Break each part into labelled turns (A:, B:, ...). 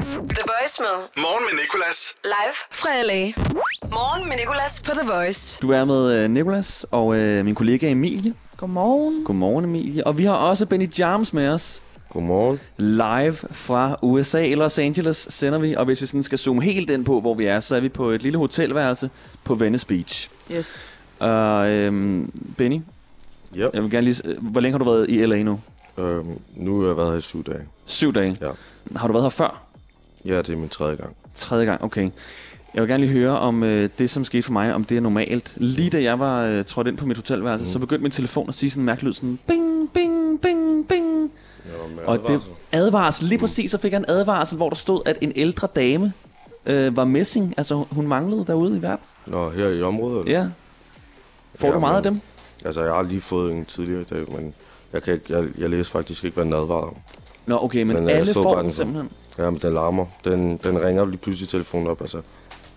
A: The Voice med
B: Morgen med Nicolas.
A: live fra LA. Morgen med Nicolas på The Voice.
C: Du er med øh, Nicolas og øh, min kollega Emilie.
D: Godmorgen.
C: Godmorgen Emilie. Og vi har også Benny Jarms med os.
E: Godmorgen.
C: Live fra USA i Los Angeles sender vi. Og hvis vi sådan skal zoome helt ind på, hvor vi er, så er vi på et lille hotelværelse på Venice Beach.
D: Yes.
C: Og øhm, Benny,
E: Ja.
C: jeg vil gerne lige... s- øh, Hvor længe har du været i LA nu?
E: Øhm, nu har jeg været her i syv dage.
C: Syv dage.
E: Ja.
C: Har du været her før?
E: Ja, det er min tredje gang.
C: Tredje gang, okay. Jeg vil gerne lige høre om øh, det, som skete for mig, om det er normalt. Lige da jeg var øh, trådt ind på mit hotelværelse, mm. så begyndte min telefon at sige sådan en mærkelig lyd, sådan bing, bing, bing, bing. Og det advarsel, lige præcis, så fik jeg en advarsel, hvor der stod, at en ældre dame øh, var missing, altså hun manglede derude i verden.
E: Nå, her i området? eller?
C: Ja. Får du
E: Ja,
C: meget
E: men-
C: af dem?
E: Altså, jeg har lige fået en tidligere i dag, men jeg, kan ikke, jeg, jeg læser faktisk ikke, hvad den advarer om.
C: Nå, okay, men,
E: Men,
C: men
E: øh,
C: alle
E: så
C: får
E: bare
C: den
E: den så.
C: simpelthen.
E: Ja, men den larmer. Den, den ringer lige pludselig telefonen op, altså.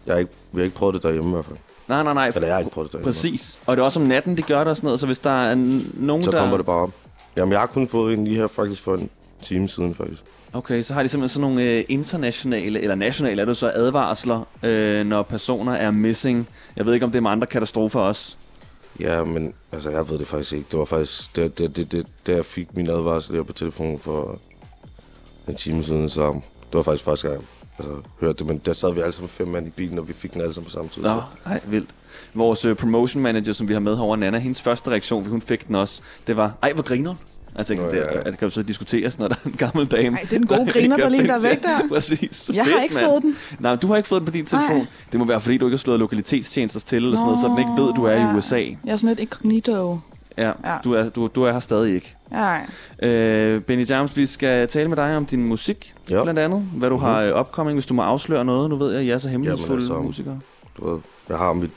E: Jeg har ikke, vi har ikke prøvet det derhjemme i hvert fald.
C: Nej, nej, nej.
E: Eller jeg har ikke prøvet det derhjemme.
C: Præcis. Og det er også om natten, det gør det og sådan noget, så hvis der er n- nogen,
E: Så
C: der...
E: kommer det bare op. Jamen, jeg har kun fået en lige her faktisk for en time siden, faktisk.
C: Okay, så har de simpelthen sådan nogle øh, internationale, eller nationale er det jo så, advarsler, øh, når personer er missing. Jeg ved ikke, om det er med andre katastrofer også.
E: Ja, men altså, jeg ved det faktisk ikke. Det var faktisk, da, da, da, da, da jeg fik min advarsel her på telefonen for en time siden, så det var faktisk første gang, altså, hørte det. Men der sad vi alle sammen fem mand i bilen, og vi fik den alle sammen på samme tid.
C: Nå, ej, vildt. Vores øh, promotion manager, som vi har med herovre, Nana, hendes første reaktion, fordi hun fik den også, det var, ej, hvor griner Jeg tænkte,
E: Nå,
C: det,
E: ja, ja.
C: er- det kan jo så diskuteres, når der er en gammel dame.
D: Ej, det er den gode griner,
C: ikke
D: der lige er
C: fikset.
D: væk der.
C: Præcis.
D: Jeg har ikke fået den.
C: Nej, men du har ikke fået den på din telefon.
D: Nej.
C: Det må være, fordi du ikke har slået lokalitetstjenester til, eller sådan noget, så den ikke ved, du er
D: ja.
C: i USA.
D: Jeg er sådan lidt incognito.
C: Ja,
D: Ja.
C: Du, er, du, du er her stadig ikke.
D: Nej.
C: Øh, Benny Jams, vi skal tale med dig om din musik,
E: Ja.
C: blandt andet. Hvad du mm-hmm. har øh, opkomming, hvis du må afsløre noget. Nu ved jeg, at I er så hemmelighedsfulde
E: altså,
C: musikere.
E: Du ved, jeg har mit,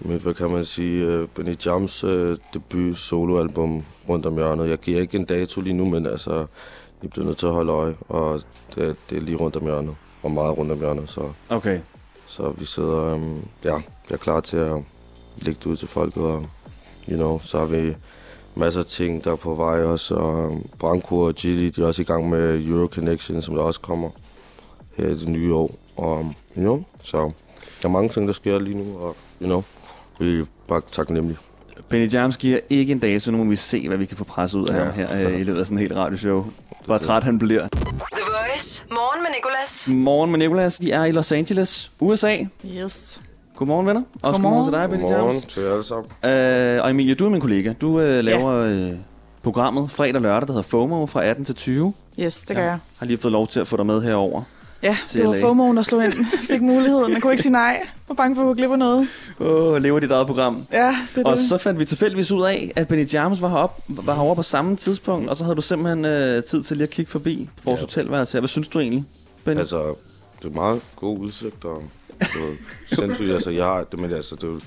E: mit, hvad kan man sige, uh, Benny Jams uh, debut soloalbum rundt om hjørnet. Jeg giver ikke en dato lige nu, men altså, I bliver nødt til at holde øje, og det, det er lige rundt om hjørnet, og meget rundt om hjørnet, så...
C: Okay.
E: Så vi sidder, øhm, ja, jeg er klar til at lægge det ud til folket, og you know, så har vi masser af ting, der er på vej også, og øhm, Branko og Gilly, de er også i gang med Euro Connection, som der også kommer her i det nye år, og øhm, you know, så der er mange ting, der sker lige nu, og you know, vi er bare taknemmelige.
C: Benny Jams giver ikke en dato, nu må vi se, hvad vi kan få presset ud af ja. ham her øh, i løbet af sådan en helt radioshow. Hvor træt han bliver.
A: The Voice. Morgen med Nicolas.
C: Morgen med Nicolas. Vi er i Los Angeles, USA.
D: Yes.
C: Godmorgen, venner. Og godmorgen
D: Godmorgen.
C: til dig, Benny
E: Godmorgen
C: Jams.
E: til jer alle sammen.
C: Øh, og Emilie, du er min kollega. Du øh, laver øh, programmet fredag og lørdag, der hedder FOMO fra 18 til 20.
D: Yes, det gør jeg.
C: Har lige fået lov til at få dig med herover.
D: Ja,
C: Til
D: det var
C: LA.
D: FOMO'en, der slog ind. Fik muligheden. Jeg kunne ikke sige nej. Var bange for at gå glip af noget.
C: Åh, oh, lever dit eget program.
D: Ja, det er
C: Og
D: det.
C: så fandt vi tilfældigvis ud af, at Benny Jarms var heroppe, var heroppe på samme tidspunkt, og så havde du simpelthen øh, tid til lige at kigge forbi vores ja.
E: Ja.
C: hotelværelse her. Hvad synes du egentlig, Benny? Altså,
E: Altså, det er meget god udsigt, og det var sindssygt, altså, jeg har det, men altså, det er jo-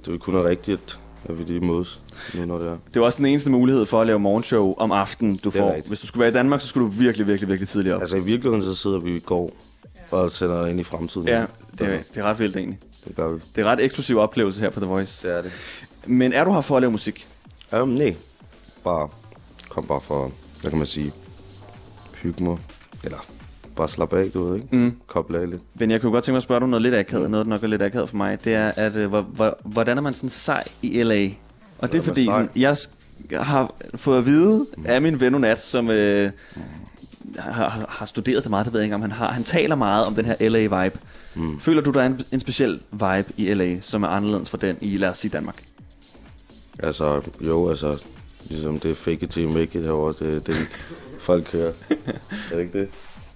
E: det er jo kun rigtigt, at vi lige mødes nu, når det er.
C: det var også den eneste mulighed for at lave morgenshow om aftenen, du
E: er
C: får.
E: rigtigt.
C: Hvis du skulle være i Danmark, så skulle du virkelig, virkelig, virkelig tidligere op. Altså,
E: Altså i virkeligheden så sidder vi i går og sender ind i fremtiden.
C: ja, det er, det er ret vildt egentlig.
E: det gør vi.
C: Det er en ret eksklusiv oplevelse her på The Voice.
E: Det er det.
C: Men er du her for at lave musik?
E: Um, nej, bare kom bare for, hvad kan man sige, hygge mig, eller bare slappe af, du ved, ikke? Mm. Koble af lidt.
C: Men jeg kunne godt tænke mig at spørge dig om noget lidt akavet, noget der nok er lidt akavet for mig. Det er, at øh, hvor, hvor, hvordan er man sådan sej i LA? Og det er
E: man
C: fordi,
E: sej?
C: sådan, jeg s- har fået at vide af min ven Onat, som øh, har, har- har studeret det meget, det ved jeg ikke om han har. Han taler meget om den her LA-vibe. Mm. Føler du, der er en, en speciel vibe i LA, som er anderledes fra den i, lad os sige, Danmark?
E: Altså, jo, altså, ligesom det er fake it till you make it herovre, det, det folk hører. er det ikke det?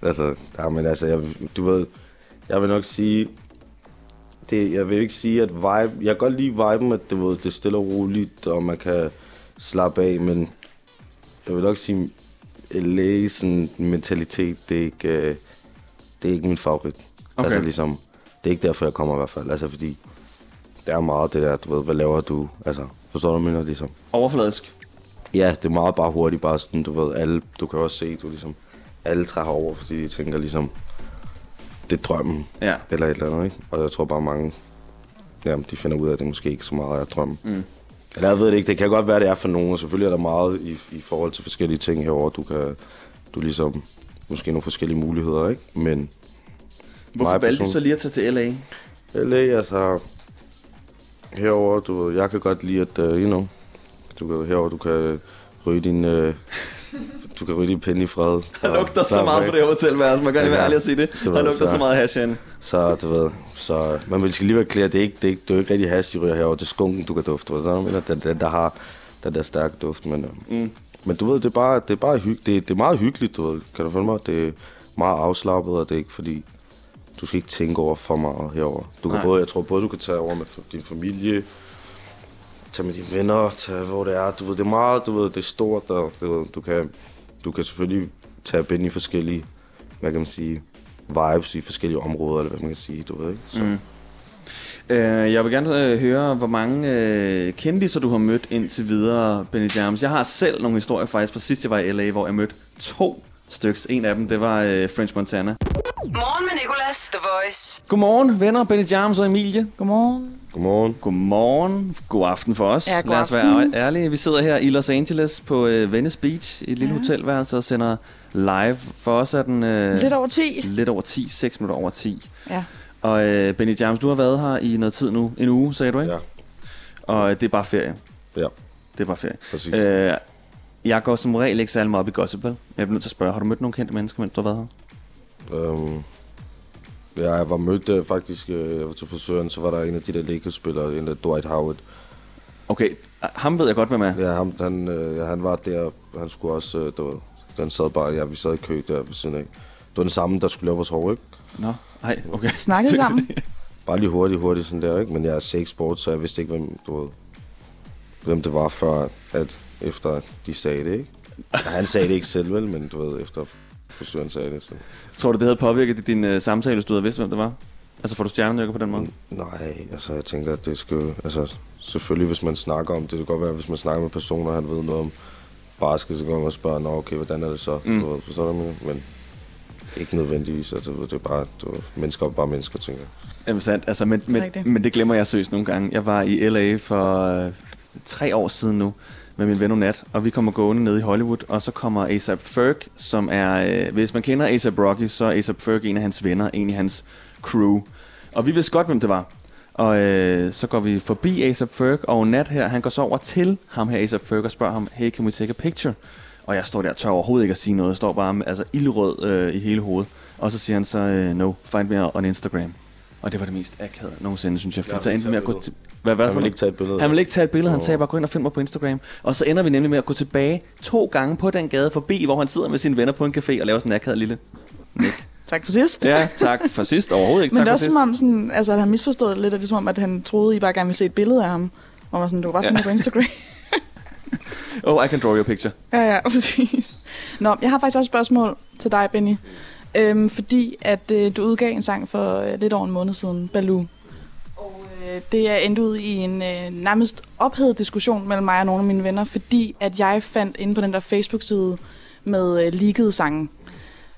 E: Altså, ja, men altså, jeg, du ved, jeg vil nok sige, det, jeg vil ikke sige, at vibe, jeg kan godt lide viben, at du ved, det er stille og roligt, og man kan slappe af, men jeg vil nok sige, LA sådan mentalitet, det er ikke, øh, det er ikke min favorit.
C: Okay.
E: Altså ligesom, det er ikke derfor, jeg kommer i hvert fald, altså fordi, der er meget det der, du ved, hvad laver du, altså, forstår du, hvad jeg mener, ligesom?
C: Overfladisk.
E: Ja, det er meget bare hurtigt, bare sådan, du ved, alle, du kan også se, du ligesom, alle træder over, fordi de tænker ligesom, det er drømmen,
C: Ja.
E: eller et eller andet, ikke? Og jeg tror bare mange, jamen, de finder ud af, at det måske ikke så meget er drømmen. Mm. Eller jeg ved det ikke, det kan godt være, det er for nogen, og selvfølgelig er der meget i, i forhold til forskellige ting herover du kan, du ligesom måske nogle forskellige muligheder, ikke? Men
C: Hvorfor
E: Mig
C: valgte I
E: personligt.
C: så lige at tage til LA?
E: LA, altså... Herover, du ved, jeg kan godt lide, at, uh, you know, du kan, herover, du kan ryge din, uh, du kan ryge din pinde i fred.
C: Der
E: Og
C: lugter så
E: slappe
C: meget
E: af.
C: på det hotelværelse, man kan lige være
E: Altså,
C: ærlig at sige det.
E: så ved
C: Der
E: jeg,
C: lugter
E: så-
C: så meget hash herinde.
E: Så, du ved, så man vil skal lige være klar, det er ikke, det er ikke, det er jo ikke rigtig hash, de ryger herover, det er skunken, du kan dufte, hvad sådan mener, den, den, der har den der stærke duft, men, mm. men du ved, det er bare, det er bare hyggeligt, det, det er meget hyggeligt, du ved, kan du følge mig, det er meget afslappet, og det er ikke fordi, du skal ikke tænke over for meget herover. Du kan
C: Nej.
E: både, jeg tror både, du kan tage over med f- din familie, tage med dine venner, tage hvor det er, du ved, det er meget, du ved, det er stort, og du, ved, du kan, du kan selvfølgelig tage ind i forskellige, hvad kan man sige, vibes i forskellige områder, eller hvad man kan sige, du ved, ikke? Så, mm.
C: Øh, jeg vil gerne øh, høre, hvor mange øh, kendiser du har mødt indtil videre, Benny James. Jeg har selv nogle historier faktisk fra sidst jeg var i LA, hvor jeg mødte to styks. En af dem, det var øh, French Montana.
A: Morgen med Nicolas, The Voice.
C: Godmorgen venner, Benny James og Emilie.
D: Godmorgen.
E: Godmorgen.
C: Godmorgen, god aften for os.
D: Ja, god
C: Lad os være
D: aften.
C: ærlige. Vi sidder her i Los Angeles på øh, Venice Beach, et lille ja. hotelværelse, og sender live. For os er den øh,
D: Lidt over 10.
C: lidt over 10, 6 minutter over 10.
D: Ja.
C: Og øh, Benny James, du har været her i noget tid nu. En uge, sagde du, ikke?
E: Ja,
C: Og øh, det er bare ferie.
E: ja,
C: Det er bare ferie.
E: præcis. Øh.
C: Øh, jeg går som regel ikke særlig meget op i gossip, vel? Jeg bliver nødt til at spørge, har du mødt nogle kendte mennesker, mens du har været her?
E: Øhm, ja, jeg var mødt øh, faktisk, øh, jeg var til frisøren, så var der en af de der Lakers-spillere, en der Dwight Howard.
C: Okay, ham ved jeg godt, hvem er.
E: Ja, ham, han, øh, ja, han var der, han skulle også, øh, du ved, den sad bare, ja, vi sad i kø der ved siden af. Det var den samme, der skulle lave vores hår, ikke?
C: Nå, nej, okay.
D: Snakkede I sammen?
E: Bare lige hurtigt, hurtigt sådan der, ikke? Men jeg ser ikke sport, så jeg vidste ikke, hvem, du ved, hvem det var før, at efter de sagde det, ikke? Ja, han sagde det ikke selv, vel, men du ved, efter frisøren sagde det. Så.
C: Tror du, det havde påvirket din øh, samtale, hvis du havde vidst, hvem det var? Altså, får du stjernenykker på den måde?
E: Nej, altså jeg tænker, at det skal jo- altså selvfølgelig hvis man snakker om det, det kan godt være, hvis man snakker med personer, han ved noget om basket, så kan man også spørge, nå okay, hvordan er det så? Mm. Du ved, forstår du, hvad jeg mener? men ikke nødvendigvis, altså du ved, det er bare, du ved, mennesker er bare mennesker, tænker jeg.
C: Jamen sandt, altså, men, men,
D: Rigtigt.
C: men det glemmer jeg seriøst nogle gange. Jeg var i LA for øh, tre år siden nu med min ven Onat, og vi kommer gående ned i Hollywood, og så kommer A$AP Ferg, som er, øh, hvis man kender A$AP Rocky, så er A$AP Ferg en af hans venner, en af hans crew. Og vi vidste godt, hvem det var. Og øh, så går vi forbi A$AP Ferg, og Nat her, han går så over til ham her, A$AP Ferg, og spørger ham, hey, can we take a picture? Og jeg står der og tør overhovedet ikke at sige noget. Jeg står bare med, altså, ildrød øh, i hele hovedet. Og så siger han så, øh, no, find me on Instagram. Og det var det mest akavede nogensinde, synes jeg. For
E: Jeg
C: så
E: vil
C: endte vi
E: ikke
C: med
E: tage
C: at
E: billeder.
C: gå til... Hvad, hvad
E: Han
C: for
E: vil
C: noget?
E: ikke tage et billede.
C: Han vil ikke tage et billede, han
E: Åh.
C: sagde bare, gå ind og find mig på Instagram. Og så ender vi nemlig med at gå tilbage to gange på den gade forbi, hvor han sidder med sine venner på en café og laver sådan en akavet lille.
D: Tak for sidst.
C: Ja, tak for sidst. Overhovedet ikke
D: Men
C: tak
D: det
C: for
D: er også
C: sidst.
D: som om, sådan, altså, at han misforstået lidt, og det er som om, at han troede, I bare gerne ville se et billede af ham. Og var sådan, du kan bare finde det på Instagram.
C: Oh, I can draw your picture.
D: Ja, ja, præcis. Nå, jeg har faktisk også et spørgsmål til dig, Benny. Øhm, fordi at øh, du udgav en sang for øh, lidt over en måned siden, Baloo. Og øh, det er endt ud i en øh, nærmest ophedet diskussion mellem mig og nogle af mine venner, fordi at jeg fandt inde på den der Facebook-side med øh, leakede sange.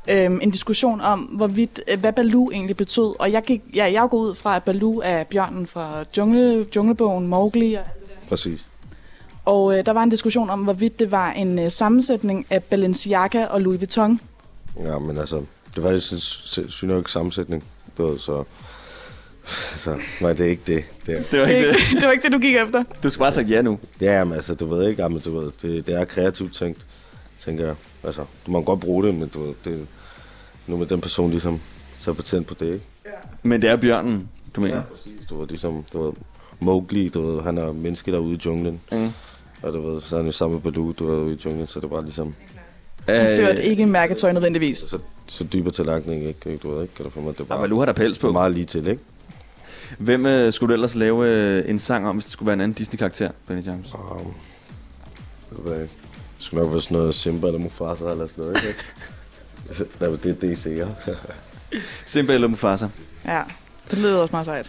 D: Øhm, en diskussion om, hvorvidt, øh, hvad Baloo egentlig betød. Og jeg, gik, ja, jeg går ud fra, at Baloo er bjørnen fra jungle, Junglebogen, Mowgli og
E: Præcis.
D: og øh, der var en diskussion om, hvorvidt det var en øh, sammensætning af Balenciaga og Louis Vuitton.
E: Ja, men altså, det var faktisk en sin- synok sammensætning, du ved, så... Altså, nej, det er ikke det. det er,
C: Det var ikke det.
D: det var ikke det, du gik efter.
C: Du skal bare sige ja nu.
E: Ja, men altså, du ved ikke, jamen, du ved, det, det er kreativt tænkt, tænker jeg. Altså, du må godt bruge det, men du ved, det, nu med den person ligesom så patent på det, ikke?
C: Men det er bjørnen, du mener.
E: Du ved, ligesom, du ved, Mowgli, du ved, han er menneske derude i junglen,
C: Mm.
E: og du ved, så er han jo sammen med Baloo, du ved, i junglen, så det var ligesom,
D: Han
C: Øh,
D: førte ikke en mærketøj nødvendigvis.
E: så, så dybere tallerkenen, ikke? Du ved, ikke? Kan du finde mig, det er
C: Ah,
E: bare
C: men nu har der pels på.
E: meget lige til, ikke?
C: Hvem øh, skulle du ellers lave øh, en sang om, hvis det skulle være en anden Disney-karakter, Benny James?
E: Um, det ved jeg ikke. Det skulle nok være sådan noget Simba eller Mufasa eller sådan noget, ikke? Nej, men det er DC, ja.
C: Simba eller Mufasa?
D: Ja, det lyder også meget sejt.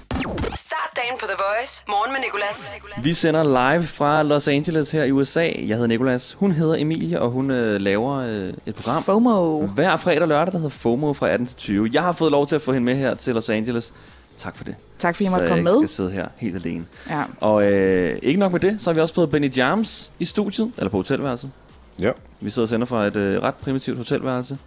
A: Start dagen på The Voice. Morgen med Nicolas.
C: Vi sender live fra Los Angeles her i USA. Jeg hedder Nikolas. Hun hedder Emilie, og hun øh, laver øh, et program
D: FOMO.
C: hver fredag og lørdag, der hedder FOMO fra 18 til 20. Jeg har fået lov til at få hende med her til Los Angeles. Tak for det.
D: Tak fordi jeg
C: så
D: måtte
C: jeg
D: komme
C: ikke
D: med.
C: skal sidde her helt alene.
D: Ja.
C: Og øh, ikke nok med det, så har vi også fået Benny James i studiet, eller på hotelværelset.
E: Ja.
C: Vi sidder og sender fra et øh, ret primitivt hotelværelse.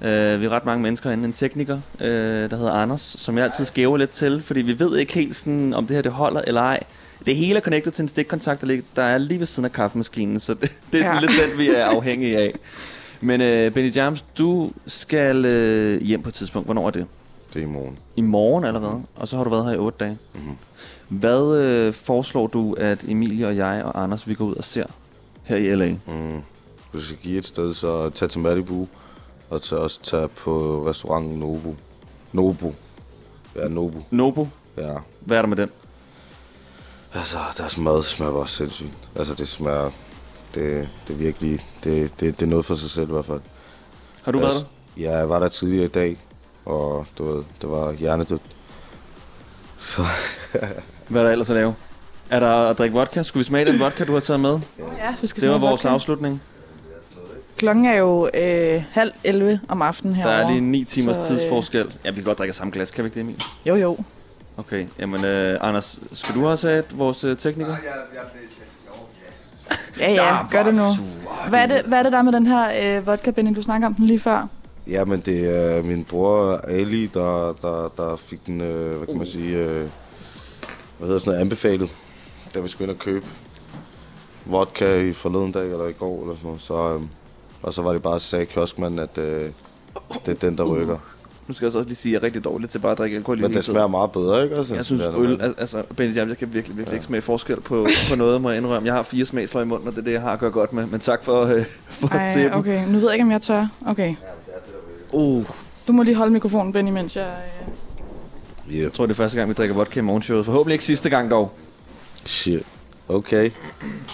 C: Øh, vi er ret mange mennesker herinde. En tekniker, øh, der hedder Anders, som jeg altid skæver lidt til, fordi vi ved ikke helt, sådan, om det her det holder eller ej. Det hele er connected til en stikkontakt, der, ligger, der er lige ved siden af kaffemaskinen, så det, det er sådan
D: Ja.
C: ja. lidt den, vi er afhængige af. Men øh, Benny Jams, du skal øh, hjem på et tidspunkt. Hvornår er det?
E: Det er i morgen.
C: I morgen allerede, og så har du været her i otte dage. Mm-hmm. Hvad øh, foreslår du, at Emilie og jeg og Anders, vi går ud og ser her i LA?
E: Mm. Hvis jeg giver et sted, så tag til Malibu, og tag også tage på restaurant Novo. Nobu. Ja, Nobu.
C: Nobo,
E: Ja.
C: hvad er der med den?
E: Altså, deres mad smager bare sindssygt. Altså, det smager... Det, det er virkelig... Det, det, det er noget for sig selv i hvert fald.
C: Har du været
E: Altså,
C: der?
E: Ja, jeg var der tidligere i dag, og du ved, det var hjernedødt. Så
C: Hvad er der ellers at lave? Er der at drikke vodka? Skulle vi smage den vodka, du har taget med?
D: Ja, vi skal
C: Det var
D: smage
C: vores
D: vodka.
C: afslutning.
D: Klokken er jo øh, halv 11 om aftenen
C: Der
D: herovre.
C: er lige 9 timers
D: så, øh,
C: tidsforskel. Ja, vi kan godt drikke af samme glas, kan vi ikke det, Emil?
D: Jo, jo.
C: Okay, jamen øh, Anders, skal du også have et, vores øh, tekniker?
D: Ja, ja, gør det nu. Hvad er det, hvad er det der er med den her øh, vodka, Benny? Du snakker om den lige før.
E: ja, men det er min bror Ali, der, der, der fik den, øh, hvad kan man sige, øh, hvad hedder sådan noget, anbefalet, da vi skulle ind og købe vodka i forleden dag, eller i går, eller sådan noget. Så, øh, og så var det bare, så sagde kioskmanden, at øh, det er den, der rykker.
C: Nu skal jeg så også lige sige, at jeg er rigtig dårlig til bare at drikke alkohol i
E: Men
C: det hele
E: det smager meget bedre, ikke? Altså,
C: Jeg synes
E: det er
C: øl,
E: normalt.
C: al- altså Benny Jam, jeg kan virkelig, virkelig ja. ikke smage forskel på, på noget, må jeg indrømme. Jeg har fire smagsløg i munden, og det er det, jeg har at gøre godt med. Men tak for, øh, for at se
D: Ej,
C: okay.
D: okay. Nu ved jeg ikke, om jeg tør. Okay.
C: Uh,
D: Du må lige holde mikrofonen, Benny, mens jeg... Øh...
E: Yeah.
C: jeg tror, det er første gang, vi drikker vodka i morgenshowet. Forhåbentlig ikke sidste gang dog.
E: Shit. Okay.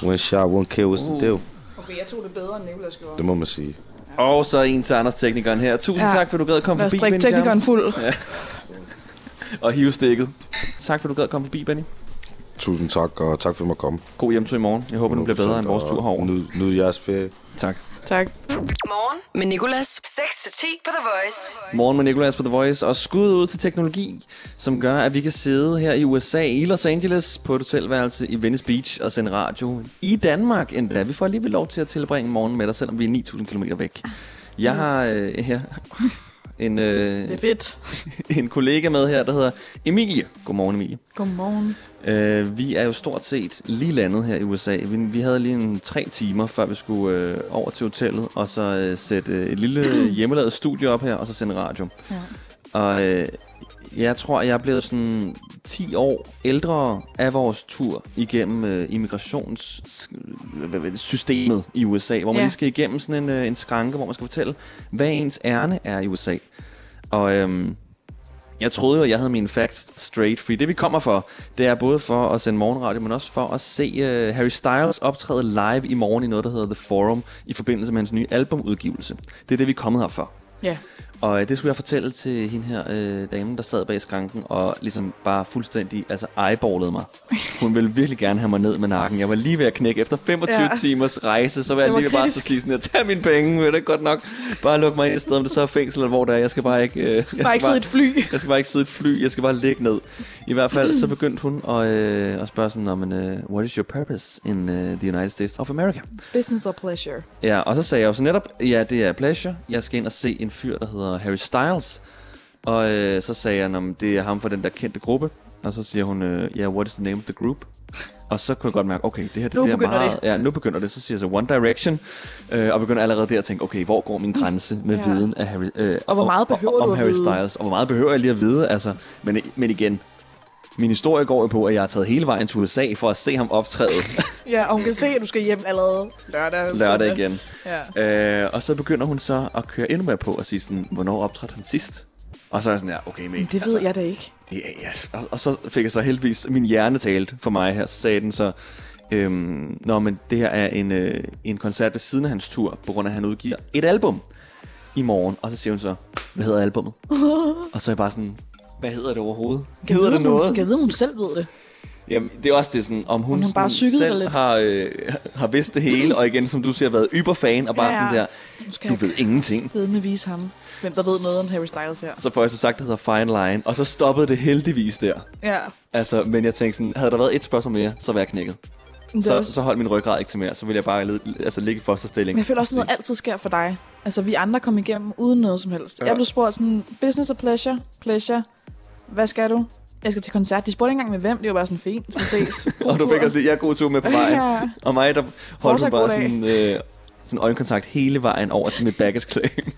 E: One shot, one kill, what's the deal?
D: Uh. Okay, jeg tog det bedre end Nicolas gjorde.
E: Det må man sige.
C: Og så en til Anders Teknikeren her. Tusind ja.
D: Ja.
C: tak, for du gad at komme
D: Lad os
C: forbi,
D: drikke
C: Benny
D: teknikeren
C: Jams.
D: fuld.
C: Og hive stikket. Tak, for du gad at komme forbi, Benny.
E: Tusind tak, og tak for at jeg måtte komme.
C: God hjemtur i morgen. Jeg håber, den bliver bedre end vores tur herovre.
E: Nyd, nyd jeres ferie.
C: Tak.
D: Tak.
A: Morgen med Nicolas. 6-10 på The Voice.
C: Morgen med Nicolas på The Voice, og skud ud til teknologi, som gør, at vi kan sidde her i USA, i Los Angeles, på et hotelværelse i Venice Beach og sende radio i Danmark endda. Vi får alligevel lov til at tilbringe morgen med dig, selvom vi er 9.000 km væk. Jeg har øh, her en,
D: Det er
C: øh,
D: fedt.
C: en kollega med her, der hedder Emilie. Godmorgen, Emilie.
D: Godmorgen.
C: Øh, vi er jo stort set lige landet her i USA. Vi, vi havde lige en tre timer, før vi skulle øh, over til hotellet, og så øh, sætte øh, et lille hjemmelavet studie op her, og så sende radio.
D: Ja.
C: Og øh, jeg tror, jeg er blevet sådan 10 år ældre af vores tur igennem øh, immigrationssystemet i USA, hvor man
D: Ja.
C: lige skal igennem sådan en, øh, en skranke, hvor man skal fortælle, hvad ens ærne er i USA. Og øhm, jeg troede jo, at jeg havde mine facts straight, fordi det vi kommer for, det er både for at sende morgenradio, men også for at se øh, Harry Styles optræde live i morgen i noget, der hedder The Forum, i forbindelse med hans nye albumudgivelse. Det er det, vi er kommet her for.
D: Ja.
C: Og øh, det skulle jeg fortælle til hende her, øh, damen, der sad bag skranken, og ligesom bare fuldstændig altså eyeballede mig. Hun ville virkelig gerne have mig ned med nakken. Jeg var lige ved at knække. Efter 25 ja.
D: Ja.
C: timers rejse, så var jeg
D: Det var
C: lige ved bare så
D: kritisk.
C: sige sådan her, tag mine penge, vil det godt nok. Bare luk mig ind et sted, om det så er fængsel eller hvor det er. Jeg skal bare ikke... Øh, jeg skal
D: Bare ikke sidde i et fly.
C: jeg skal bare ikke sidde i et fly, jeg skal bare ligge ned. I hvert fald så begyndte hun at, øh, at spørge sådan, om, øh, what is your purpose in øh, the United States of America?
D: Business or pleasure.
C: Ja, og så sagde jeg jo så netop, ja, det er pleasure. Jeg skal ind og se en fyr, der hedder Harry Styles. Og øh, så sagde jeg, om det er ham fra den der kendte gruppe. Og så siger hun, øh, ja, yeah, what is the name of the group? Og så kunne jeg godt mærke, okay, det her det
D: Nu
C: bliver
D: begynder
C: meget... Ja, nu begynder det. Så siger jeg så One Direction, øh, og begynder allerede der at tænke, okay, hvor går min grænse med ja.
D: Ja.
C: viden af Harry... Øh,
D: Og hvor meget behøver
C: om,
D: du
C: om
D: at
C: Harry
D: vide?
C: Styles, og hvor meget behøver jeg lige at vide, altså. Men, men igen, min historie går jo på, at jeg har taget hele vejen til USA for at se ham optræde
D: Ja, og hun kan se, at du skal hjem allerede lørdag. eller
C: lørdag
D: søndag.
C: igen.
D: Ja.
C: Øh, og så begynder hun så at køre endnu mere på og sige sådan, hvornår optrådte han sidst? Og så er jeg sådan, ja, okay, mate.
D: Det ved jeg da ikke.
C: Ja, ja. Og, og så fik jeg så heldigvis, min hjerne talte for mig her, så sagde den så, øhm, nå, men det her er en, øh, en koncert ved siden af hans tur, på grund af, at han udgiver et album i morgen. Og så siger hun så, hvad hedder albummet? og så er jeg bare sådan, hvad hedder det overhovedet? Hedder det noget?
D: Skal vide, om hun selv ved det.
C: Jamen, det er også det sådan, om hun,
D: Om hun bare
C: sådan
D: psykede dig
C: selv
D: lidt.
C: har, øh, har vidst det hele, og igen, som du siger, været yberfan, og bare
D: Ja, ja.
C: sådan
D: Nu skal
C: der, du ved ingenting.
D: vedende vise ham, hvem der ved noget om Harry Styles her.
C: Så får jeg så sagt, at det hedder Fine Line, og så stoppede det heldigvis der.
D: Ja.
C: Altså, men jeg tænkte sådan, havde der været et spørgsmål mere, så var jeg knækket.
D: Men det er
C: Så,
D: også-
C: så holdt min ryggrad ikke til mere, så ville jeg bare lede, altså, ligge i fosterstilling.
D: Men jeg føler også, at noget altid sker for dig. Altså, vi andre kom igennem uden noget som helst. Ja. Jeg blev spurgt sådan, business og pleasure, pleasure, hvad skal du? Jeg skal til koncert. De spurgte ikke engang med hvem, det var bare sådan, fint, vi ses. God
C: Og du
D: tur.
C: fik også det, jeg er god tur med på vejen.
D: Ja.
C: Og mig, der holdt
D: Fortsat
C: du bare
D: god dag.
C: sådan, øh, sådan øjenkontakt hele vejen over til mit baggage claim.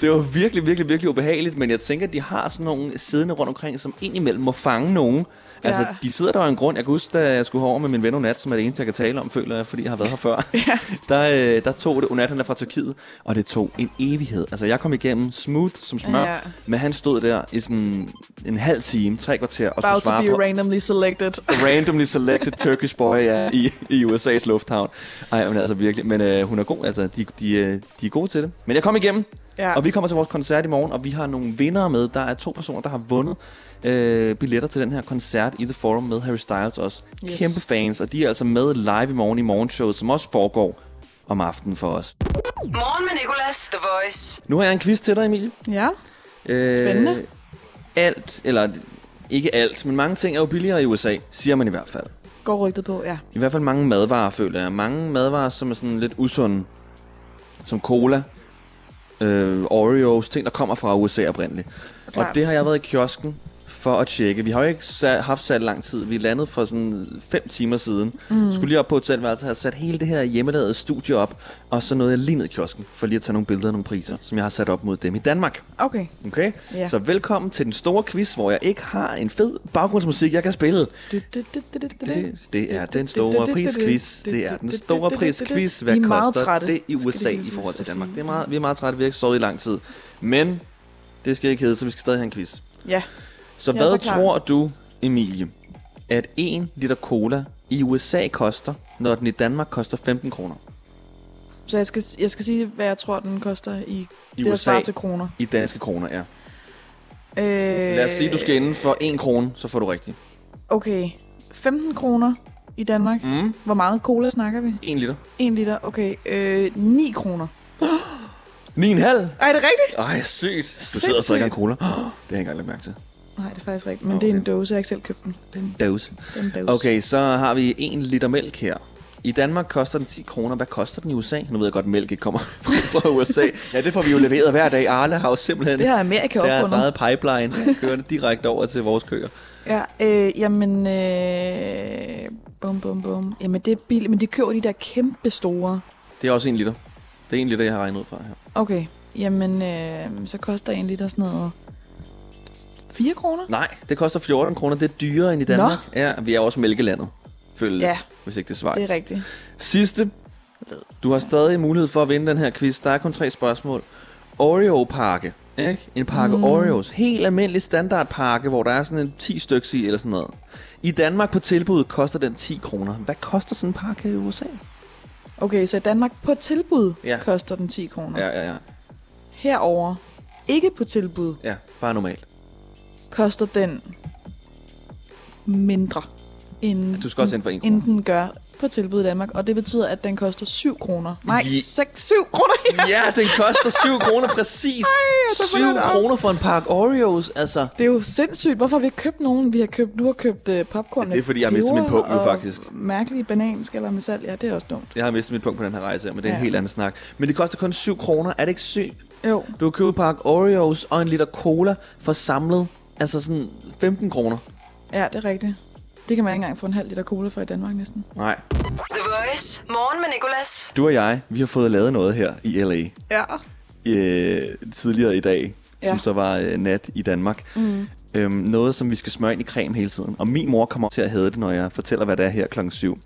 C: det var virkelig, virkelig, virkelig ubehageligt, men jeg tænker, at de har sådan nogle siddende rundt omkring, som indimellem må fange nogen. Altså,
D: Ja.
C: de sidder der af en grund. Jeg kan huske, da jeg skulle herover med min ven Onat, som er det eneste, jeg kan tale om, føler jeg, fordi jeg har været her før. der, øh, der tog det, Onat han er fra Tyrkiet, og det tog en evighed. Altså, jeg kom igennem smooth som smør,
D: Ja.
C: men han stod der i sådan en halv time, tre kvarter, og skulle
D: About to
C: svare
D: be
C: på
D: randomly selected.
C: randomly selected Turkish boy ja, i, i USA's lufthavn. Ej, men altså virkelig. Men øh, hun er god, altså. De, de, øh, de er gode til det. Men jeg kom igennem,
D: Ja.
C: og vi kommer til vores koncert i morgen, og vi har nogle vinder med. Der er to personer, der har vundet øh, billetter til den her koncert i The Forum med Harry Styles også.
D: Yes.
C: Yes. Kæmpe fans, og de er altså med live i morgen i morgenshowet, som også foregår om aftenen for os.
A: Morgen med Nicolas, The Voice.
C: Nu har jeg en quiz til dig, Emilie.
D: ja.
C: Øh,
D: Spændende.
C: Alt, eller ikke alt, men mange ting er jo billigere i USA, siger man i hvert fald.
D: Går rygtet på, ja.
C: I hvert fald mange madvarer, føler jeg. Mange madvarer, som er sådan lidt usunde. Som cola, øh, Oreos, ting, der kommer fra USA oprindeligt. Og
D: Klart.
C: det har jeg været i kiosken for at tjekke. Vi har jo ikke sa- haft sat lang tid. Vi er landet for sådan 5 timer siden. Mm. Skulle lige op på hotelværelset og have sat hele det her hjemmelavede studie op. Og så nåede jeg lige ned i kiosken for lige at tage nogle billeder af nogle priser, som jeg har sat op mod dem i Danmark.
D: Okay.
C: Okay?
D: Ja.
C: Så velkommen til den store quiz, hvor jeg ikke har en fed baggrundsmusik, jeg kan spille.
D: Du, du, du, du, du, du, du.
C: Det er den store prisquiz. Det er den store prisquiz.
D: Vi
C: Hvad
D: er meget
C: koster
D: trætte,
C: det i
D: skal
C: USA
D: jeg
C: i
D: lige
C: forhold til
D: sige.
C: Danmark? Det er meget, vi er meget trætte. Vi har ikke sovet i lang tid. Men det skal ikke hedde, så vi skal stadig have en quiz.
D: Ja.
C: Så
D: Jeg er
C: hvad
D: så
C: så
D: klar.
C: tror du, Emilie, at 1 liter cola i USA koster, når den i Danmark koster 15 kroner?
D: Så jeg skal, jeg skal sige, hvad jeg tror, den koster i,
C: I
D: det, der
C: USA.
D: svarer til kroner.
C: I danske kroner, ja.
D: Øh,
C: Lad os sige, du skal inden for 1 krone, så får du rigtigt.
D: Okay. 15 kroner i Danmark.
C: Mm.
D: Hvor meget cola snakker vi?
C: 1 liter.
D: 1 liter. Okay. Øh, 9 kroner.
C: 9,5?
D: Er det rigtigt?
C: Ej, sygt. Du sidder og drikker en
D: Sindssygt.
C: cola. Det har jeg ikke engang lagt mærke til.
D: Nej, det er faktisk rigtigt. Men okay. det er en
C: Okay.
D: dose. Jeg har ikke selv købt den.
C: Den dose.
D: Det er en dose.
C: Okay, så har vi 1 liter mælk her. I Danmark koster den 10 kroner. Hvad koster den i USA? Nu ved jeg godt, at mælk ikke kommer fra USA. Ja, det får vi jo leveret hver dag. Arla har jo simpelthen
D: Det har Amerika
C: deres
D: opfundet.
C: eget pipeline, der kører det direkte over til vores køer.
D: Ja, øh, jamen, øh, bum, bum, bum. Jamen, det er billigt, men de køber de der kæmpe store.
C: Det er også 1 liter. Det er 1 liter, jeg har regnet ud fra her.
D: Okay, jamen, øh, så koster en liter sådan noget 4 kroner?
C: Nej, det koster 14 kroner. Det er dyrere end i Danmark. Nå. Ja, vi er jo også mælkelandet. Følg
D: Ja.
C: ja. hvis ikke det er Schweiz.
D: Det er rigtigt.
C: Sidste. Du har stadig mulighed for at vinde den her quiz. Der er kun tre spørgsmål. Oreo-pakke. Ikke? En pakke mm. Oreos. Helt almindelig standardpakke, hvor der er sådan en 10 stykker i eller sådan noget. I Danmark på tilbud koster den 10 kroner. Hvad koster sådan en pakke i USA?
D: Okay, så i Danmark på tilbud
C: Ja.
D: ja. koster den 10 kroner. Ja.
C: Ja, ja, ja.
D: Herover ikke på tilbud,
C: ja bare normalt.
D: koster den mindre, end,
C: Du skal også ind for 1
D: end
C: kroner.
D: den gør på tilbud i Danmark. Og det betyder, at den koster 7 kroner. Nej,
C: Je-
D: 6, 7 kroner her.
C: Ja, den koster 7 kroner præcis.
D: jeg tager
C: 7
D: for lidt op.
C: kroner for en pakke Oreos, altså.
D: Det er jo sindssygt. Hvorfor har vi ikke købt nogen? Vi har købt, du har købt øh, popcorn
C: Ja, det er,
D: med
C: fordi jeg har mistet min
D: peber
C: pung nu,
D: og
C: faktisk.
D: mærkelige bananskaller med salt. Ja, det er også dumt.
C: Jeg har mistet mit punkt på den her rejse, her, men det er en
D: Ja.
C: helt anden snak. Men det koster kun 7 kroner. Er det ikke sygt?
D: Jo,
C: Du kan købe en pakke Oreos og en liter cola for samlet, altså sådan 15 kroner.
D: ja, det er rigtigt. Det kan man ikke engang få en halv liter cola for i Danmark næsten.
C: Nej.
A: The Voice. Morgen med Nicolas.
C: Du og jeg, vi har fået lavet noget her i LA
D: Ja.
C: øh, tidligere i dag, ja. som
D: Ja.
C: så var øh, nat i Danmark. Mm. Øhm, noget, som vi skal smøre ind i creme hele tiden. Og min mor kommer til at hæde det, når jeg fortæller, hvad det er her klokken 7.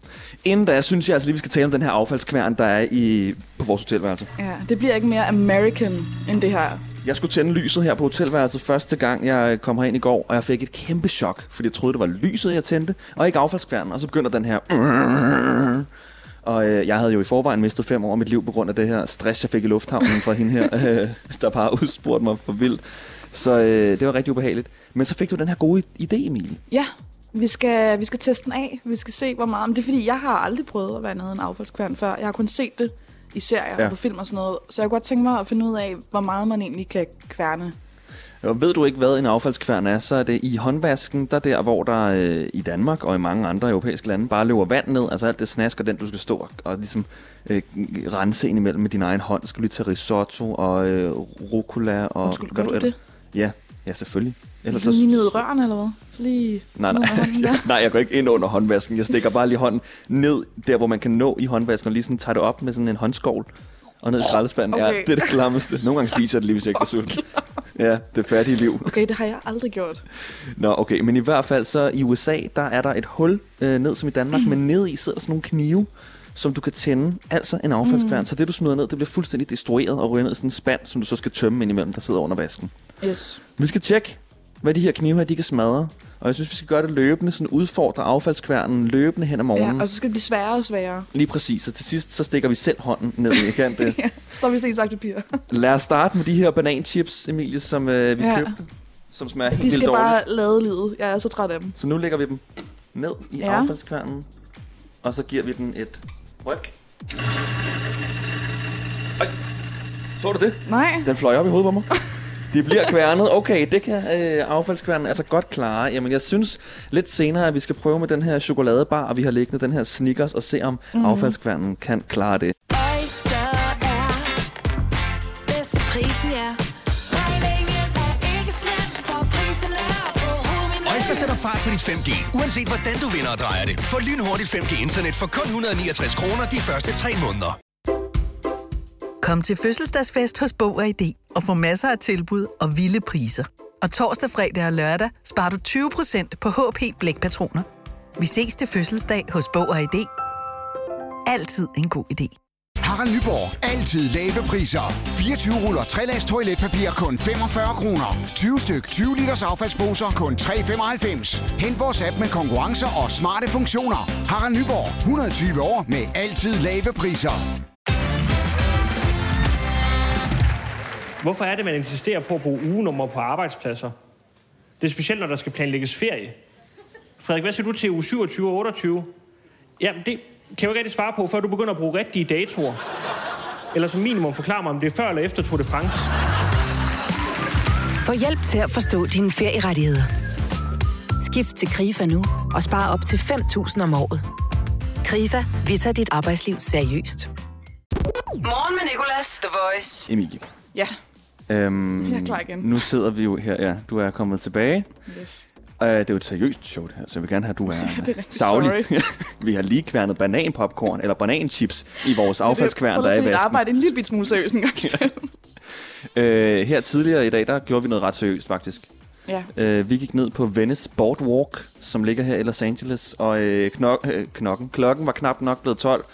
C: Inden da, synes jeg altså lige, vi skal tale om den her affaldskværn, der er i, på vores hotelværelse.
D: ja. Det bliver ikke mere American end det her.
C: Jeg skulle tænde lyset her på hotelværelset første gang, jeg øh, kom herind i går, og jeg fik et kæmpe chok, fordi jeg troede, det var lyset, jeg tændte, og ikke affaldskværnen. Og så begynder den her... Og øh, jeg havde jo i forvejen mistet fem år af mit liv på grund af det her stress, jeg fik i lufthavnen fra hende her, øh, der bare udspurgte mig for vildt. Så øh, det var rigtig ubehageligt. Men så fik du den her gode idé, Emilie.
D: Ja, vi skal, vi skal teste den af. Vi skal se, hvor meget... Men det er fordi, jeg har aldrig prøvet at være nede i en affaldskværn før. Jeg har kun set det i serier
C: Ja.
D: ja. og på film og sådan noget. Så jeg kunne godt tænke mig at finde ud af, hvor meget man egentlig kan kværne
C: Og ved du ikke, hvad en affaldskværn er, så er det i håndvasken, der der, hvor der øh, i Danmark og i mange andre europæiske lande bare løber vand ned, altså alt det snask og den, du skal stå og, og ligesom øh, rense ind imellem med din egen hånd. Skal du lige tage risotto og øh, rucola og...
D: Undskyld,
C: hvad
D: gør du
C: ellers-
D: det?
C: Ja, ja selvfølgelig. Ellers
D: Lige ned i rørene, eller hvad? Lige
C: Nej,
D: ned
C: nej.
D: med hånden der.
C: Jeg, nej, jeg går ikke ind under håndvasken. Jeg stikker bare lige hånden ned, der hvor man kan nå i håndvasken, og lige sådan tager det op med sådan en håndskovl. Og ned i skraldespanden. Okay. Ja,
D: Okay.
C: det er det klammeste. Nogle gange spiser jeg det lige, hvis jeg ikke er sulten. Ja, det færdige liv.
D: Okay, det har jeg aldrig gjort.
C: Nå, okay. Men i hvert fald så i USA, der er der et hul øh, ned som i Danmark,
D: Mm.
C: men nede i sidder der sådan nogle knive, som du kan tænde. Altså en affaldskværn.
D: Mm.
C: Så det, du smider ned, det bliver fuldstændig destrueret og ryger ned i sådan en spand, som du så skal tømme indimellem, der sidder under vasken.
D: Yes.
C: Vi skal tjekke, hvad de her knive her, de kan smadre. Og jeg synes, vi skal gøre det løbende, sådan udfordre affaldskværnen løbende hen om morgenen.
D: Ja,
C: Ja,
D: og så skal det blive sværere og sværere.
C: Lige præcis, og til sidst, så stikker vi selv hånden ned i kanten.
D: Ja, står vi sten, sagt papir.
C: Lad os starte med de her bananchips, Emilie, som øh, vi ja.
D: Ja.
C: købte, som smager helt
D: De
C: vildt
D: skal
C: dårligt.
D: bare lade livet. Jeg er så træt af dem.
C: Så nu lægger vi dem ned i ja.
D: Ja.
C: affaldskværnen, og så giver vi den et ryg. Øj, så du det?
D: Nej.
C: Den fløj op i hovedet på mig. De bliver kværnet. Okay, det kan øh, affaldskværnen altså godt klare. Jamen, jeg synes lidt senere, at vi skal prøve med den her chokoladebar, og vi har liggende den her Snickers, og se om
D: Mhm.
C: mm. affaldskværnen kan klare det.
B: Oyster er bedst til prisen, ja. Regningen er ikke slem, for prisen er overhovedet
F: Øjster sætter fart på dit 5G. Uanset hvordan du vinder og drejer det. Få lynhurtigt 5G-internet for kun 169 kroner de første tre måneder.
G: Kom til fødselsdagsfest hos Bog og ID og få masser af tilbud og vilde priser. Og torsdag, fredag og lørdag sparer du 20% på HP Blækpatroner. Vi ses til fødselsdag hos Bog og ID. Altid en god idé.
H: Harald Nyborg. Altid lave priser. 24 ruller 3-lags toiletpapir kun 45 kroner. 20 styk 20 liters affaldsposer kun 3,95. Hent vores app med konkurrencer og smarte funktioner. Harald Nyborg. 120 år med altid lave priser.
I: Hvorfor er det, man insisterer på at bruge ugenummer på arbejdspladser? Det er specielt, når der skal planlægges ferie. Frederik, hvad siger du til uge 27 og 28? Jamen, det kan jeg jo ikke rigtig svare på, før du begynder at bruge rigtige datoer. Eller som minimum forklare mig, om det er før eller efter Tour de France.
J: Få hjælp til at forstå dine ferierettigheder. Skift til KRIFA nu og spare op til 5.000 om året. KRIFA, vi tager dit arbejdsliv seriøst.
A: Morgen med Nicolas, The Voice.
C: Emilie.
D: Ja,
C: Øhm,
D: Jeg er klar igen.
C: Nu sidder vi jo her, ja. Du er kommet tilbage.
D: yes.
C: Uh, det er jo et seriøst show, det her, så jeg vil gerne have, at du er,
D: det er rigtig
C: savlig. vi har lige kværnet bananpopcorn, eller bananchips, i vores affaldskværn, der er i
D: Jeg
C: vasken.
D: arbejde en lille bit smule seriøst en gang. imellem.
C: Øh, her tidligere i dag, der gjorde vi noget ret seriøst, faktisk.
D: ja.
C: Øh, vi gik ned på Venice Boardwalk, som ligger her i Los Angeles, og øh, knok- øh, knokken. klokken var knap nok blevet 12,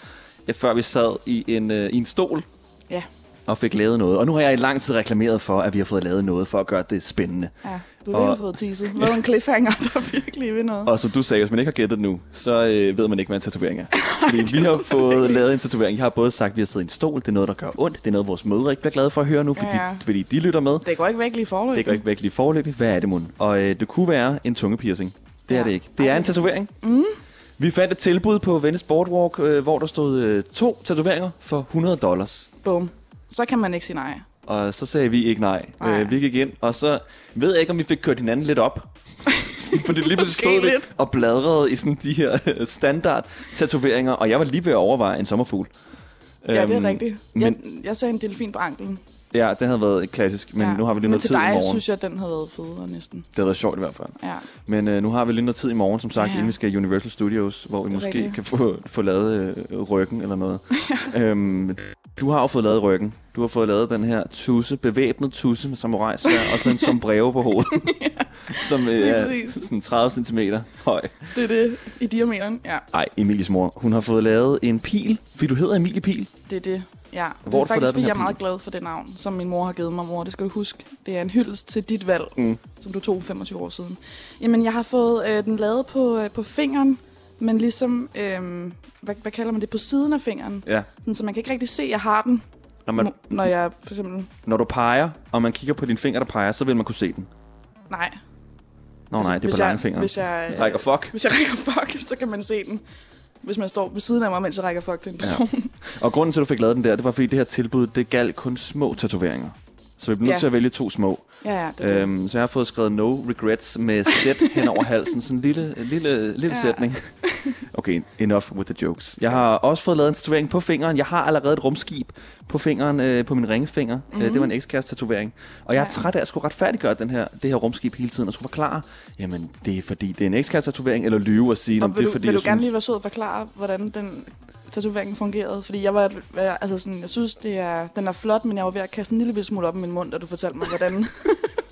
C: øh, før vi sad i en, øh, i en stol
D: Ja.
C: og fik lavet noget. Og nu har jeg i lang tid reklameret for, at vi har fået lavet noget for at gøre det spændende.
D: ja. Du har virkelig
C: Og-
D: fået teaset. Lavet en cliffhanger, der virkelig ved noget.
C: Og som du sagde, hvis man ikke har gættet det nu, så øh, ved man ikke, hvad en tatovering er. Fordi vi har fået lavet en tatovering. Jeg har både sagt, at vi har siddet i en stol, det er noget, der gør ondt, det er noget, vores mødre ikke bliver glade for at høre nu, fordi,
D: Ja, ja.
C: fordi de lytter med.
D: Det går ikke væk lige forløb.
C: Det går ikke væk lige forløbig. Hvad er det, mund? Og øh, det kunne være en tungepiercing. Det er
D: Ja.
C: det ikke. Det er en tatovering. Mm. Vi fandt et tilbud på Venice Boardwalk, øh, hvor der stod øh, to tatoveringer for 100 dollars.
D: Bum. Så kan man ikke sige nej.
C: Og så sagde vi ikke nej.
D: Nej.
C: Øh, vi gik ind, og så ved jeg ikke, om vi fik kørt hinanden lidt op. Fordi lige pludselig stod vi
D: lidt.
C: og bladrede i sådan de her øh, standard tatoveringer, og jeg var lige ved at overveje en sommerfugl.
D: Ja, det
C: Øhm,
D: er rigtigt.
C: Men,
D: Jeg, jeg sagde en delfin på anklen.
C: ja, det havde været klassisk, men
D: ja.
C: ja. nu har vi lige
D: Men
C: noget
D: til
C: tid i
D: dig,
C: morgen.
D: synes jeg, den havde været federe næsten.
C: Det havde været sjovt i hvert fald.
D: Ja.
C: Men øh, nu har vi lige noget tid i morgen, som sagt, ja.
D: Ja.
C: inden vi skal i Universal Studios, hvor vi
D: Det er
C: måske
D: rigtigt.
C: kan få, få lavet øh, ryggen eller noget. øhm, du har jo fået lavet ryggen. Du har fået lavet den her tusse, bevæbnet tusse med samurajsvær, og sådan en sombrero på hovedet, som øh,
D: lige
C: er
D: præcis.
C: sådan 30 cm høj.
D: Det er det i diameteren. Ja,
C: Ej, Emilies mor, hun har fået lavet en pil, fordi du hedder Emilie Pil.
D: det er det. Ja.
C: Hvor har
D: det
C: du
D: er
C: fået lavet
D: faktisk,
C: den her
D: fordi jeg er
C: pil?
D: meget glad for det navn, som min mor har givet mig. Mor, det skal du huske. Det er en hyldest til dit valg, mm. som du tog 25 år siden. Jamen, jeg har fået øh, den lavet på, øh, på fingeren, men ligesom, øh, hvad, hvad kalder man det, på siden af fingeren.
C: Ja.
D: Sådan, så man kan ikke rigtig se, at jeg har den,
C: Når,
D: man,
C: man,
D: når jeg for eksempel...
C: når du peger, og man kigger på din finger, der peger, så vil man kunne se den.
D: Nej.
C: Nå nej, det er
D: Altså, hvis
C: på lange
D: jeg,
C: fingre.
D: Hvis jeg, øh,
C: Rækker fuck.
D: Hvis jeg rækker fuck, så kan man se den. Hvis man står ved siden af mig, mens jeg rækker fuck til en person. Ja.
C: Og grunden til, at du fik lavet den der, det var fordi det her tilbud, det galt kun små tatoveringer. Så vi bliver nødt
D: Ja.
C: til at vælge to små.
D: Ja, ja, det er
C: Øhm, så jeg har fået skrevet no regrets med sæt hen over halsen. Sådan en lille, en lille, lille
D: Ja.
C: sætning. Okay, enough with the jokes. Jeg har også fået lavet en tatovering på fingeren. Jeg har allerede et rumskib på fingeren, øh, på min ringefinger. Mm. Øh, det var
D: Mhm.
C: en ekskæreste tatovering. Og jeg er træt af at skulle retfærdiggøre den her, det her rumskib hele tiden, og skulle forklare, jamen det er fordi, det er en ekskæreste tatovering, eller lyve og sige, om
D: Og vil,
C: det er
D: du,
C: fordi,
D: vil du
C: jeg
D: gerne
C: synes...
D: lige være sød og forklare, hvordan den tatovering fungerede? Fordi jeg var, jeg- altså sådan, jeg synes, det er, den er flot, men jeg var ved at kaste en lille bitte smule op i min mund, da du fortalte mig, hvordan,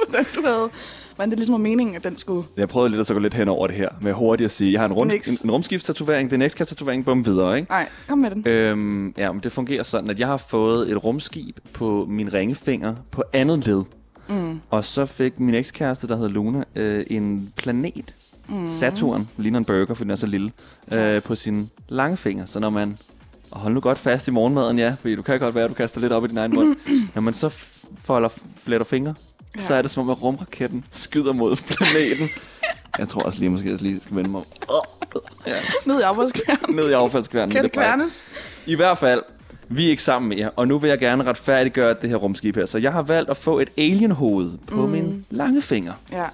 D: hvordan du havde, hvordan det ligesom var meningen, at den skulle.
C: Jeg prøvede lidt at så gå lidt hen over det her, med hurtigt at sige, jeg har en, rund,
D: Niks.
C: en, en rumskibstatovering, det er en ekskæreste-tatovering, bum videre, ikke?
D: Nej, kom med den.
C: Øhm, ja, men det fungerer sådan, at jeg har fået et rumskib på min ringefinger på andet led. Mm. Og så fik min ekskæreste, der hed Luna, øh, en planet, mm. Saturn, ligner en burger, for den er så lille, øh, på sin lange finger. Så når man, og hold nu godt fast i morgenmaden, ja, fordi du kan godt være, at du kaster lidt op i din egen mund. når man så f- folder fletter fingre, ja. så er det som om, at rumraketten skyder mod planeten. Jeg tror også lige, måske jeg lige skal vende mig om. Åh, ja,
D: Ned i arbejdskærmen.
C: ned i affaldskværnen.
D: Kan
C: lille
D: det
C: dreng.
D: kværnes?
C: I hvert fald, vi er ikke sammen mere, og nu vil jeg gerne retfærdiggøre det her rumskib her. Så jeg har valgt at få et alienhoved på mm. min lange finger.
D: Ja.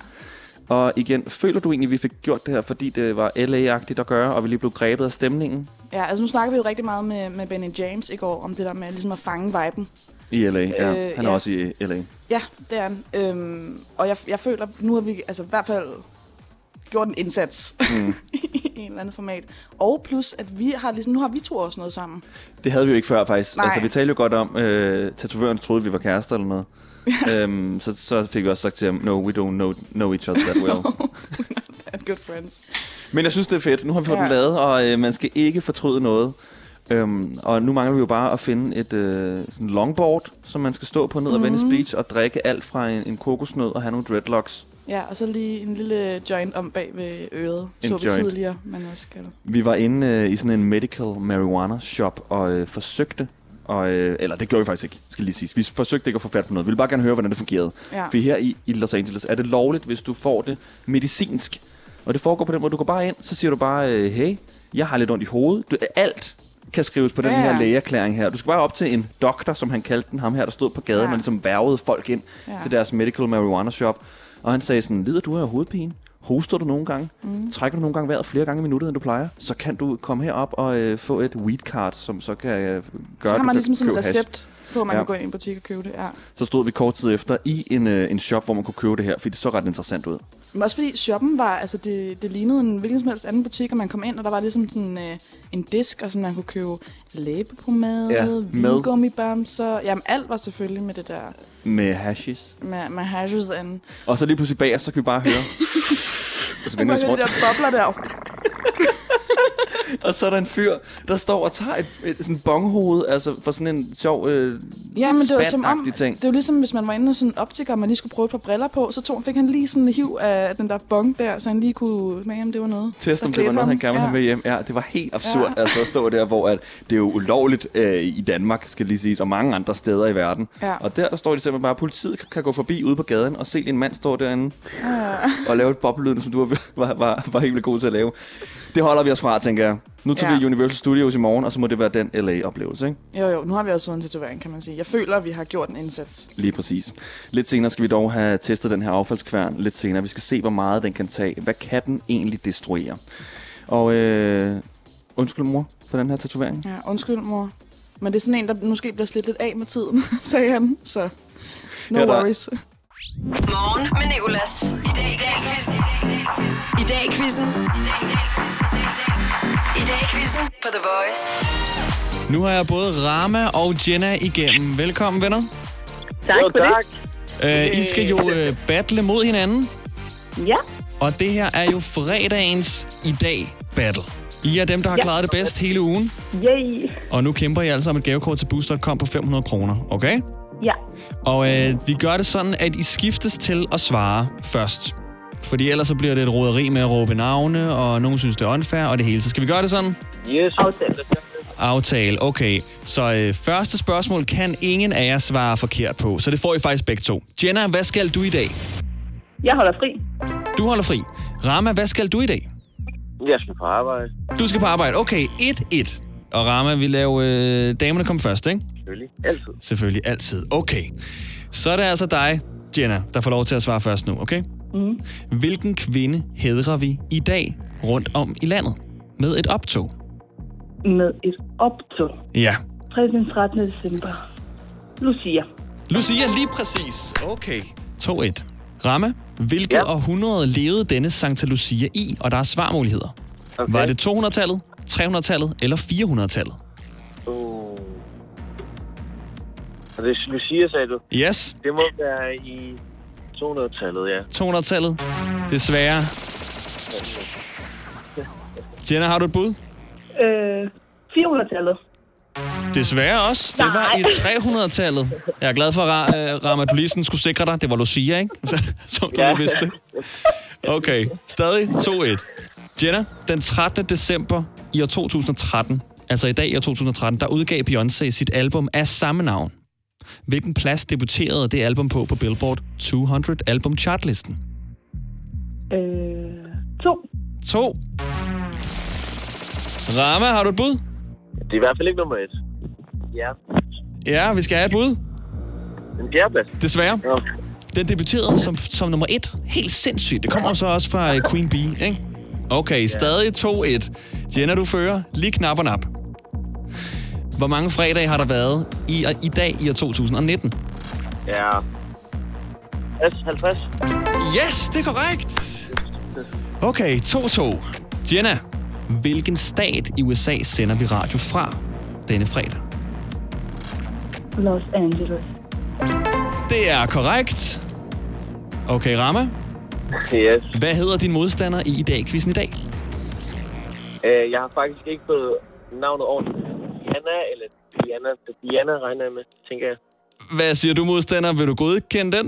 C: Og igen, føler du egentlig, at vi fik gjort det her, fordi det var LA-agtigt at gøre, og vi lige blev grebet af stemningen
D: ja, altså nu snakker vi jo rigtig meget med, med Benny James i går, om det der med ligesom at fange viben.
C: i LA? Ja,
D: Øh,
C: han er
D: ja.
C: også i LA.
D: Ja, det er han. Øhm, og jeg, jeg føler, nu har vi altså, i hvert fald gjort en indsats mm. i en eller anden format. Og plus, at vi har ligesom, nu har vi to også noget sammen.
C: Det havde vi jo ikke før, faktisk.
D: Nej.
C: Altså, vi talte jo godt om, øh, tatovøren troede, vi var kærester eller noget. øhm, så, så fik vi også sagt til ham, no, we don't know, know each other that well.
D: At good friends.
C: Men jeg synes, det er fedt. Nu har vi fået
D: Ja.
C: ja. den lavet, og øh, man skal ikke fortryde noget. Øhm, og nu mangler vi jo bare at finde et øh, sådan longboard, som man skal stå på ned mm-hmm. ad Venice Beach og drikke alt fra en, en kokosnød og have nogle dreadlocks.
D: Ja, og så lige en lille joint om bag ved øret.
C: En
D: så vi
C: joint.
D: tidligere, man også kalder.
C: Vi var inde øh, i sådan en medical marijuana shop og øh, forsøgte, og, øh, eller det gjorde vi faktisk ikke, skal lige siges. Vi forsøgte ikke at få fat på noget. Vi ville bare gerne høre, hvordan det fungerede.
D: Ja.
C: For her i, i Los Angeles er det lovligt, hvis du får det medicinsk. Og det foregår på den måde, du går bare ind, så siger du bare, øh, hey, jeg har lidt ondt i hovedet. Du, alt kan skrives på den
D: Ja, ja.
C: her lægeerklæring her. Du skal bare op til en doktor, som han kaldte den, ham her, der stod på gaden
D: Ja.
C: ja. og ligesom værvede folk ind
D: Ja.
C: ja. til deres medical marijuana shop. Og han sagde sådan, lider du af hovedpine? Hoster du nogle gange? Mm. Trækker du nogle gange vejret flere gange i minuttet, end du plejer? Så kan du komme herop og øh, få et weed card, som så kan øh, gøre,
D: Så
C: at
D: har
C: du
D: man
C: kan
D: ligesom sådan en
C: købe hash.
D: recept på, at man
C: Ja.
D: kan gå ind i en butik og købe det. Ja.
C: Så stod vi kort tid efter i en, øh, en shop, hvor man kunne købe det her, fordi det så ret interessant ud.
D: Men også fordi shoppen var, altså det, det lignede en hvilken som helst anden butik, og man kom ind, og der var ligesom sådan øh, en disk, og sådan man kunne købe læbepomade,
C: Ja,
D: ja,
C: med.
D: vingummibamser, jamen alt var selvfølgelig med det der,
C: Med hashes.
D: med, med hashes and.
C: Og så lige pludselig bag os, så kan vi bare høre... og, så
D: Man
C: vender vi os
D: kunne høre de
C: rundt,
D: der bobler der.
C: og så er der en fyr, der står og tager et, et sådan bonghoved, altså for sådan en sjov øh,
D: Ja, men det var som om,
C: spandagtig ting.
D: det var ligesom, hvis man var inde hos sådan en optiker, og man lige skulle prøve et par briller på, så tog, fik han lige sådan en hiv af den der bong der, så han lige kunne smage, om det var noget.
C: Test,
D: der
C: om det
D: klædte
C: var noget, han gerne
D: ham.
C: ville
D: Ja.
C: have med hjem. Ja, det var helt absurd
D: Ja.
C: ja. altså, at stå der, hvor at det er jo ulovligt øh, i Danmark, skal lige siges, og mange andre steder i verden.
D: Ja.
C: Og der står de simpelthen bare, at politiet kan- kan gå forbi ude på gaden og se en mand stå derinde
D: Ah.
C: og lave et boblelyd, som du var, var, var, var helt vildt god til at lave. Det holder vi os fra, tænker jeg. Nu tager
D: Ja.
C: ja. vi Universal Studios i morgen, og så må det være den LA-oplevelse, ikke?
D: Jo, jo, nu har vi også fået en tatovering, kan man sige. Jeg føler, at vi har gjort en indsats.
C: Lige præcis. Lidt senere skal vi dog have testet den her affaldskværn lidt senere. Vi skal se, hvor meget den kan tage. Hvad kan den egentlig destruere? Og øh, undskyld mor for den her tatovering.
D: Ja, undskyld, mor. Men det er sådan en, der måske bliver slidt lidt af med tiden, sagde han. Så no
C: Ja, der-
D: worries.
A: Morgen med Nicolas. I dag i dag quizzen. I dag quizzen. I dag i dag quizzen. I dag quizzen på The Voice.
C: Nu har jeg både Rama og Jenna igennem. Velkommen, venner.
K: Tak jo, for tak.
C: Øh, I skal jo øh, battle mod hinanden,
K: det. Ja,
C: og det her er jo fredagens i dag battle. I er dem, der har klaret det bedst hele ugen,
K: yay.
C: og nu kæmper I altså om et gavekort til Boost.com på 500 kroner, okay?
K: Ja,
C: Og øh, vi gør det sådan, at I skiftes til at svare først. Fordi ellers så bliver det et roderi med at råbe navne, og nogen synes, det er unfair, og det hele. Så skal vi gøre det sådan?
K: aftale.
C: Aftale, okay. Så øh, første spørgsmål kan ingen af jer svare forkert på, så det får I faktisk begge to. Jenna, hvad skal du i dag?
K: Jeg holder fri.
C: Du holder fri. Rama, hvad skal du i dag?
L: Jeg skal på arbejde.
C: Du skal på arbejde. Okay, 1-1. Og Rama, vi laver øh, damerne kom først, ikke?
L: Selvfølgelig. Altid.
C: Selvfølgelig altid. Okay. Så er det altså dig, Jenna, der får lov til at svare først nu, okay?
K: Mhm.
M: Mm.
C: Hvilken kvinde hedrer vi i dag rundt om i landet med et optog?
M: Med et optog.
C: Ja.
M: Fredag den 13. december. Lucia.
C: Lucia, lige præcis. Okay. 2-1. Ramme, hvilket ja. århundrede levede denne Santa Lucia i? Og der er svarmuligheder. Okay. Var det 200-tallet, 300-tallet eller 400-tallet?
H: Uh. Og det er Lucia, sagde du?
C: Yes.
H: Det må være i 200-tallet, ja.
C: 200-tallet. Desværre. Tjener, har du et bud?
M: Øh, 400-tallet.
C: Desværre også. Det var i 300-tallet. Jeg er glad for, at Rama, du lige sådan skulle sikre dig. Det var Lucia, ikke? Som du lige vidste. Okay, stadig 2-1. Jenna, den 13. december i år 2013, altså i dag i år 2013, der udgav Beyoncé sit album af samme navn. Hvilken plads debuterede det album på på Billboard 200 album chartlisten?
M: Øh, to.
C: 2. Rama, har du et bud?
H: Det er i hvert fald ikke nummer et. Ja.
C: Ja, vi skal have et bud.
H: En fjerdeplads.
C: Desværre. Den debuterede som, som nummer et. Helt sindssygt. Det kommer jo så også fra øh, Queen Bee, ikke? Okay, stadig 2-1. Jenna, du fører lige knap og nap. Hvor mange fredage har der været i, øh, i dag i år 2019?
H: Ja. 50. 50.
C: Yes, det er korrekt. Okay, 2-2. Jenna, hvilken stat i USA sender vi radio fra denne fredag?
M: Los Angeles.
C: Det er korrekt. Okay, Rama.
H: Yes.
C: Hvad hedder din modstander i i dag quizzen i dag?
H: Øh, jeg har faktisk ikke fået navnet ordentligt. Diana eller Diana. Diana regner jeg med, tænker jeg.
C: Hvad siger du, modstander? Vil du godkende den?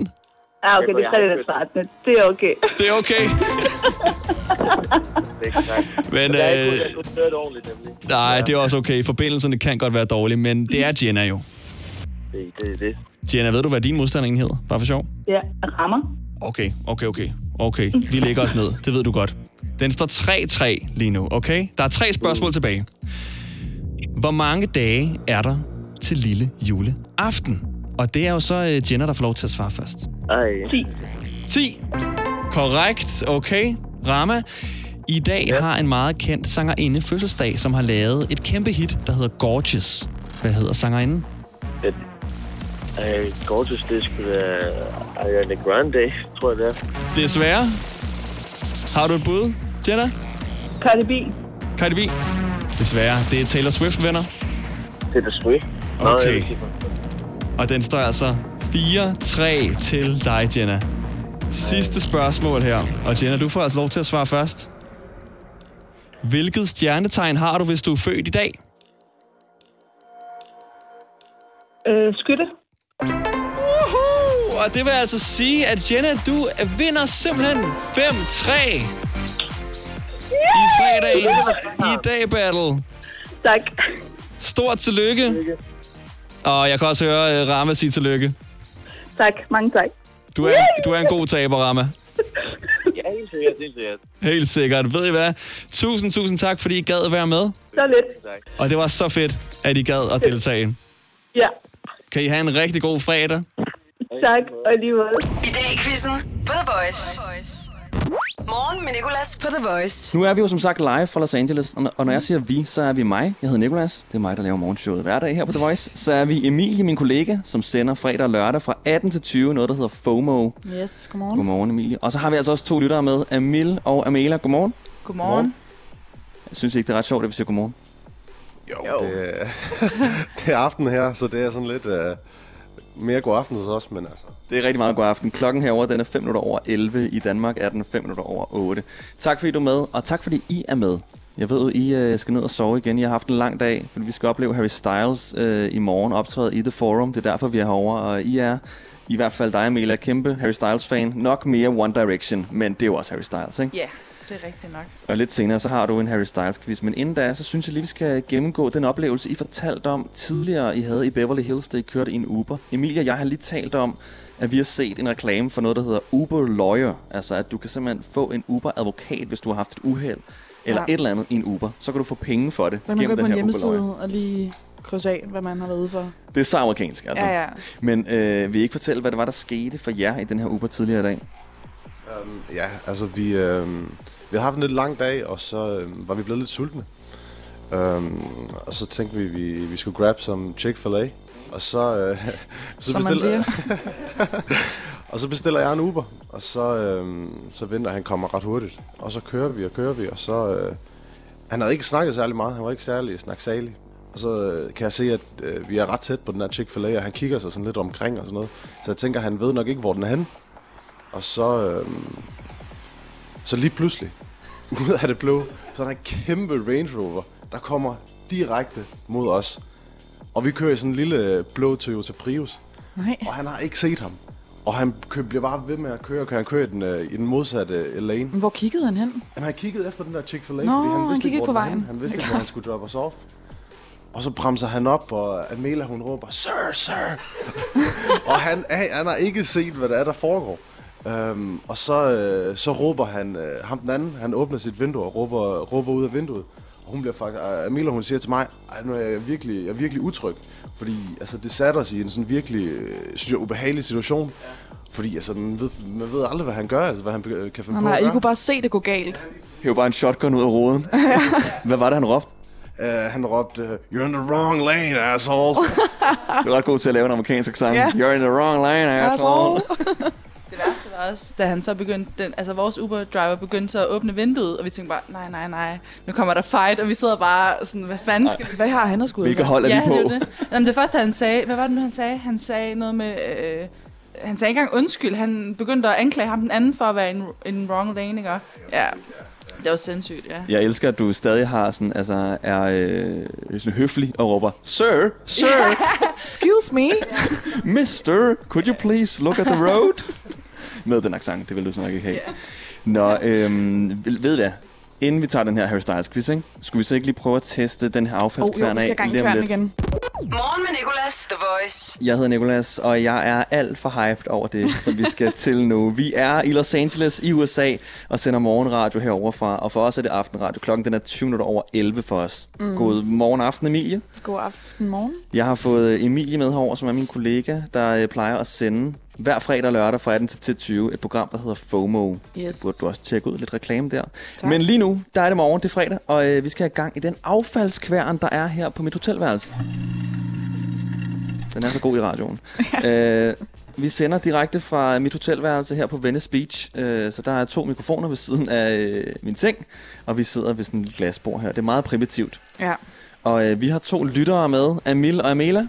M: Ja, ah, okay, det er fredag den 13. Det er okay.
C: Det er okay.
H: Det er ikke sagt.
C: Men,
H: Så jeg
C: øh,
H: kunne jeg kunne høre det ordentligt, nemlig.
C: Nej, det er også okay. Forbindelserne kan godt være dårlige, men det er Jenna jo.
H: Det, det er det.
C: Jenna, ved du, hvad din modstander egentlig hedder? Bare for sjov.
M: Ja, rammer.
C: Okay, okay, okay. Okay, vi lægger os ned. Det ved du godt. Den står 3-3 lige nu, okay? Der er tre spørgsmål tilbage. Hvor mange dage er der til lille juleaften? Og det er jo så øh, Jenna, der får lov til at svare først.
H: Ej.
M: 10.
C: 10. Korrekt. Okay. Rama, i dag ja. har en meget kendt sangerinde fødselsdag, som har lavet et kæmpe hit, der hedder Gorgeous. Hvad hedder sangerinden?
H: Det, øh, Gorgeous, det skulle være Ariana Grande, tror jeg det er.
C: Desværre. Har du et bud, Jenna?
M: Cardi B.
C: Cardi B? Desværre. Det er Taylor Swift, venner.
H: Taylor Swift?
C: Okay. Og den står altså 4-3 til dig, Jenna. Sidste spørgsmål her. Og Jenna, du får altså lov til at svare først. Hvilket stjernetegn har du, hvis du er født i dag?
M: Øh, skytte.
C: Uhu! Og det vil altså sige, at Jenna, du vinder simpelthen 5-3 i fredagens i dag battle.
M: Tak.
C: Stort tillykke. Og jeg kan også høre øh, Rama sige tillykke.
M: Tak. Mange tak.
C: Du er, du er en god taber, Rama.
H: Ja, helt sikkert, helt sikkert.
C: Helt sikkert. Ved I hvad? Tusind, tusind tak, fordi I gad at være med.
M: Så lidt.
H: Tak.
C: Og det var så fedt, at I gad at deltage.
M: Ja.
C: Kan I have en rigtig god fredag.
M: Tak. Og alligevel.
A: I dag i quizzen på The Voice. Morgen med Nicolas på The Voice.
N: Nu er vi jo som sagt live fra Los Angeles, og når- og når jeg siger vi, så er vi mig. Jeg hedder Nikolas. Det er mig, der laver morgenshowet hver dag her på The Voice. Så er vi Emilie, min kollega, som sender fredag og lørdag fra 18 til 20, noget der hedder FOMO.
D: Yes, godmorgen.
N: Godmorgen, Emilie. Og så har vi altså også to lyttere med, Amil og Amela. Godmorgen.
D: Godmorgen.
N: Jeg synes ikke, det er ret sjovt, at vi siger godmorgen.
E: Jo, det, er- det er aften her, så det er sådan lidt uh, mere god aften hos os, men altså...
N: Det er rigtig meget god aften. Klokken herover den er 5 minutter over 11. I Danmark er den 5 minutter over 8. Tak fordi du er med, og tak fordi I er med. Jeg ved, I øh, skal ned og sove igen. I har haft en lang dag, fordi vi skal opleve Harry Styles øh, i morgen optræde i The Forum. Det er derfor, vi er herovre, og I er, i hvert fald dig, Mela, kæmpe Harry Styles-fan. Nok mere One Direction, men det er jo også Harry Styles, ikke?
D: Ja, det er rigtigt nok.
N: Og lidt senere, så har du en Harry Styles-quiz. Men inden da, så synes jeg lige, vi skal gennemgå den oplevelse, I fortalte om tidligere, I havde i Beverly Hills, da I kørte i en Uber. Emilia og jeg har lige talt om, at vi har set en reklame for noget, der hedder Uber Lawyer. Altså, at du kan simpelthen få en Uber-advokat, hvis du har haft et uheld eller
D: Ja.
N: ja. et eller andet i en Uber. Så kan du få penge for det
D: Der kan man gå ind på
N: den
D: en
N: her Uber Lawyer.
D: hjemmeside og lige krydse af, hvad man har været ude for.
H: Det er så amerikansk, altså.
D: Ja, ja.
H: Men øh, vil I ikke fortælle, hvad det var, der skete for jer i den her Uber tidligere i dag?
E: Um, ja, altså vi, øhm, vi har haft en lidt lang dag, og så øhm, var vi blevet lidt sultne. Øhm, og så tænkte vi, vi, vi skulle grab som Chick-fil-A. Og så, øh, så
D: Som man
E: og så bestiller jeg en Uber, og så, øhm, så venter han kommer ret hurtigt. Og så kører vi og kører vi, og så... Øh, han havde ikke snakket særlig meget, han var ikke særlig snaksalig. Og så øh, kan jeg se, at øh, vi er ret tæt på den her Chick-fil-A, og han kigger sig sådan lidt omkring og sådan noget. Så jeg tænker, han ved nok ikke, hvor den er henne. Og så, øh, så lige pludselig, ud af det blå, så er der en kæmpe Range Rover, der kommer direkte mod os. Og vi kører i sådan en lille øh, blå Toyota Prius.
D: Nej.
E: Og han har ikke set ham. Og han kø- bliver bare ved med at køre, og kører, han kører i den, øh, i den modsatte øh, lane.
D: Hvor kiggede han hen?
E: Jamen, han kiggede efter den der Chick-fil-A,
D: Nå,
E: fordi han
D: han
E: vidste
D: kiggede
E: ikke, hvor
D: på
E: den var
D: vejen.
E: henne. Han
D: Det
E: vidste
D: er
E: ikke, hvor han
D: klart.
E: skulle droppe os off. Og så bremser han op, og Amela, hun råber, Sir, sir! og han, han han har ikke set, hvad der er, der foregår. Øhm, og så, øh, så råber han, øh, ham den anden, han åbner sit vindue og råber, råber ud af vinduet. Og hun bliver faktisk, øh, Amela, hun siger til mig, "Ej, nu er jeg virkelig, jeg er virkelig utryg. Fordi altså, det satte os i en sådan virkelig, øh, synes jeg, ubehagelig situation. Fordi altså, man, ved, man ved aldrig, hvad han gør, altså, hvad han øh, kan finde
D: Nej,
E: på at
D: nej, I
E: gøre.
D: kunne bare se det gå galt.
H: Hæv bare en shotgun ud af roden. Hvad var det, han råbte?
E: Uh, han råbte, you're in the wrong lane, asshole.
H: Du er ret god til at lave en amerikansk accent.
D: Ja.
H: Yeah. You're in the wrong lane, asshole.
C: Det var også, da han så begyndte, den, altså vores Uber-driver begyndte så at åbne vinduet, og vi tænkte bare, nej, nej, nej, nu kommer der fight, og vi sidder bare sådan, hvad fanden skal vi...
D: Hvad har han at skulle
H: Hvilket hold er
C: ja,
H: vi på?
C: Det, er jo det. Jamen, det første, han sagde, hvad var det nu, han sagde? Han sagde noget med, øh, han sagde ikke engang undskyld, han begyndte at anklage ham den anden for at være en, en wrong lane, ikke? Ja, det var sindssygt, ja.
H: Jeg elsker, at du stadig har sådan, altså, er øh, sådan høflig og råber, Sir, sir,
D: Excuse me.
H: mister, could you please look at the road? Med den accent, det vil du så nok ikke have. Nå, øhm, ved, ved I hvad? Inden vi tager den her Harry Styles quiz, ikke? skulle vi så ikke lige prøve at teste den her
A: jo, vi
H: affaldskværn
A: skal
H: af
A: i gang i
H: lige om
A: kværnen
H: lidt?
A: igen. Morgen med Nicolas, The Voice.
H: Jeg hedder Nikolas, og jeg er alt for hyped over det, som vi skal til nu. Vi er i Los Angeles i USA og sender morgenradio herover fra, og for os er det aftenradio. Klokken den er 20 minutter over 11 for os.
D: Mm.
H: Mm. God morgen aften, Emilie.
D: God aften, morgen.
H: Jeg har fået Emilie med herover, som er min kollega, der øh, plejer at sende hver fredag og lørdag fra 18 til 20 et program, der hedder FOMO.
D: Yes.
H: Det burde du også tjekke ud. Lidt reklame der.
D: Tak.
H: Tak. Men lige nu, der er det morgen, det er fredag, og øh, vi skal have gang i den affaldskværn, der er her på mit hotelværelse. Den er så god i radioen. øh, vi sender direkte fra mit hotelværelse her på Venice Beach, øh, så der er to mikrofoner ved siden af øh, min seng, og vi sidder ved sådan et lille glasbord her. Det er meget primitivt.
D: Ja.
H: Og øh, vi har to lyttere med, Amil og Amela.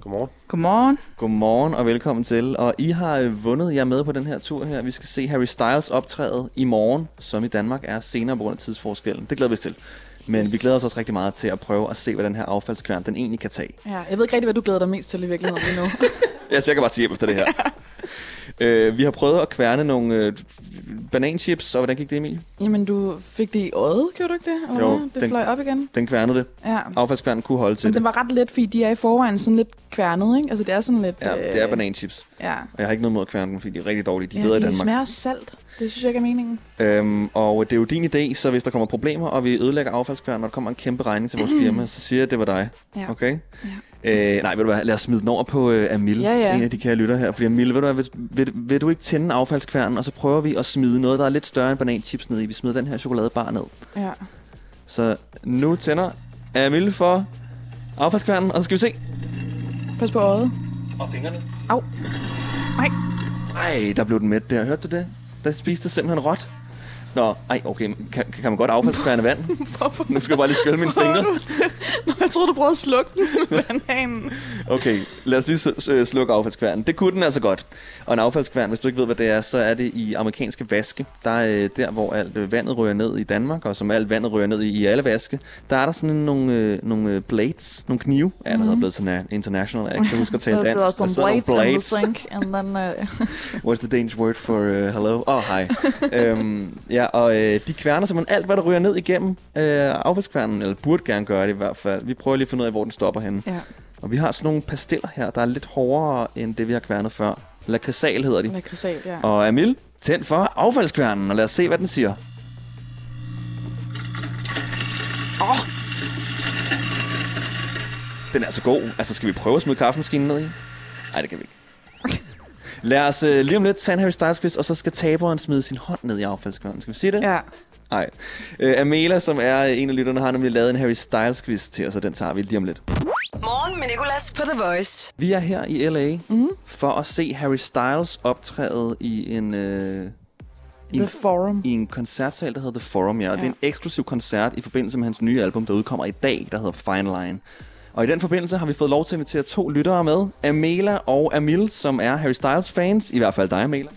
E: Godmorgen.
C: Godmorgen.
H: Godmorgen og velkommen til. Og I har øh, vundet jer med på den her tur her. Vi skal se Harry Styles optræde i morgen, som i Danmark er senere på grund af tidsforskellen. Det glæder vi os til. Men yes. vi glæder os også rigtig meget til at prøve at se, hvad den her affaldskværn den egentlig kan tage.
D: Ja, jeg ved ikke rigtig, hvad du glæder dig mest til i virkeligheden lige nu.
H: Jeg cirka bare til hjem efter det her. øh, vi har prøvet at kværne nogle øh, bananchips, og hvordan gik det, Emil?
D: Jamen, du fik det i øjet, gjorde du ikke det? Eller
H: Jo,
D: hvad? Det
H: den-
D: fløj op igen.
H: Den kværnede det.
D: Ja.
H: Affaldskværnen kunne holde til
D: Men
H: det.
D: den var ret let, fordi de er i forvejen sådan lidt kværnet, ikke? Altså, det er sådan lidt...
H: Ja, det er bananchips.
D: Ja.
H: Og jeg har ikke noget mod at kværne dem, fordi de er rigtig dårlige. De er
D: ja,
H: bedre i
D: de
H: Danmark.
D: smager salt. Det synes jeg ikke er meningen.
H: Øhm, og det er jo din idé, så hvis der kommer problemer, og vi ødelægger affaldskværnen, og der kommer en kæmpe regning til vores firma, så siger jeg, at det var dig.
D: Mm. Ja.
H: Okay? Ja. Øh, nej, ved du hvad, lad os smide den over på øh, Amil,
D: Ja, ja.
H: en af de kære lytter her. Fordi Amil, ved du hvad, vil, vil, vil du ikke tænde affaldskværnen, og så prøver vi at smide noget, der er lidt større end bananchips ned i. Vi smider den her chokoladebar ned.
D: Ja.
H: Så nu tænder Amil for affaldskværnen, og så skal vi se.
D: Pas på øjet.
H: Og fingrene.
D: Au. Nej.
H: Ej, der blev den mæt der. Hørte du det? Der spiste simpelthen råt. Nå, ej, okay, men kan, kan man godt affaldskværne vand? Nu skal jeg bare lige skylle mine fingre.
D: Nå, jeg troede, du prøvede at slukke den med bananen.
H: Okay, lad os lige s- s- slukke affaldskværnen. Det kunne den altså godt. Og en affaldskværn, hvis du ikke ved, hvad det er, så er det i amerikanske vaske. Der er øh, der, hvor alt øh, vandet rører ned i Danmark, og som alt vandet rører ned i, i alle vaske, der er der sådan nogle, øh, nogle øh, blades, nogle knive. Ja, der
D: Mhm.
H: hedder blevet sådan øh, international, jeg kan ikke huske at tale
D: Der-
H: dansk. altså,
D: Der er some
H: Der sidder nogle
D: blades, blades in the sink, and then... Uh,
H: What's the Danish word for uh, hello? Åh, oh, hej. øhm, ja, og øh, de kværner simpelthen alt, hvad der ryger ned igennem øh, affaldskværnen, eller burde gerne gøre det i hvert fald. Vi prøver lige at finde ud af, hvor den stopper henne.
D: Ja.
H: Og vi har sådan nogle pastiller her, der er lidt hårdere end det, vi har kværnet før. Lakrisal hedder de.
D: Lakrisal, ja.
H: Og Amil, tænd for affaldskværnen, og lad os se, hvad den siger.
C: Den er altså god. Altså, skal vi prøve at smide kaffemaskinen ned i? Nej, det kan vi ikke. Lad os øh, lige om lidt tage en Harry Styles quiz, og så skal taberen smide sin hånd ned i affaldskværnen. Skal vi sige det?
D: Ja.
C: Nej. Øh, Amela, som er øh, en af lytterne, har nemlig lavet en Harry Styles quiz til os, og den tager vi lige om lidt.
A: Morgen med Nicolas på The Voice.
C: Vi er her i LA mm. for at se Harry Styles optræde i en... Øh, i
D: The Forum.
C: I en koncertsal, der hedder The Forum, ja. Og ja. det er
D: Ja.
C: en eksklusiv koncert i forbindelse med hans nye album, der udkommer i dag, der hedder Fine Line. Og i den forbindelse har vi fået lov til at invitere to lyttere med. Amela og Amil, som er Harry Styles fans. I hvert fald dig, Amela.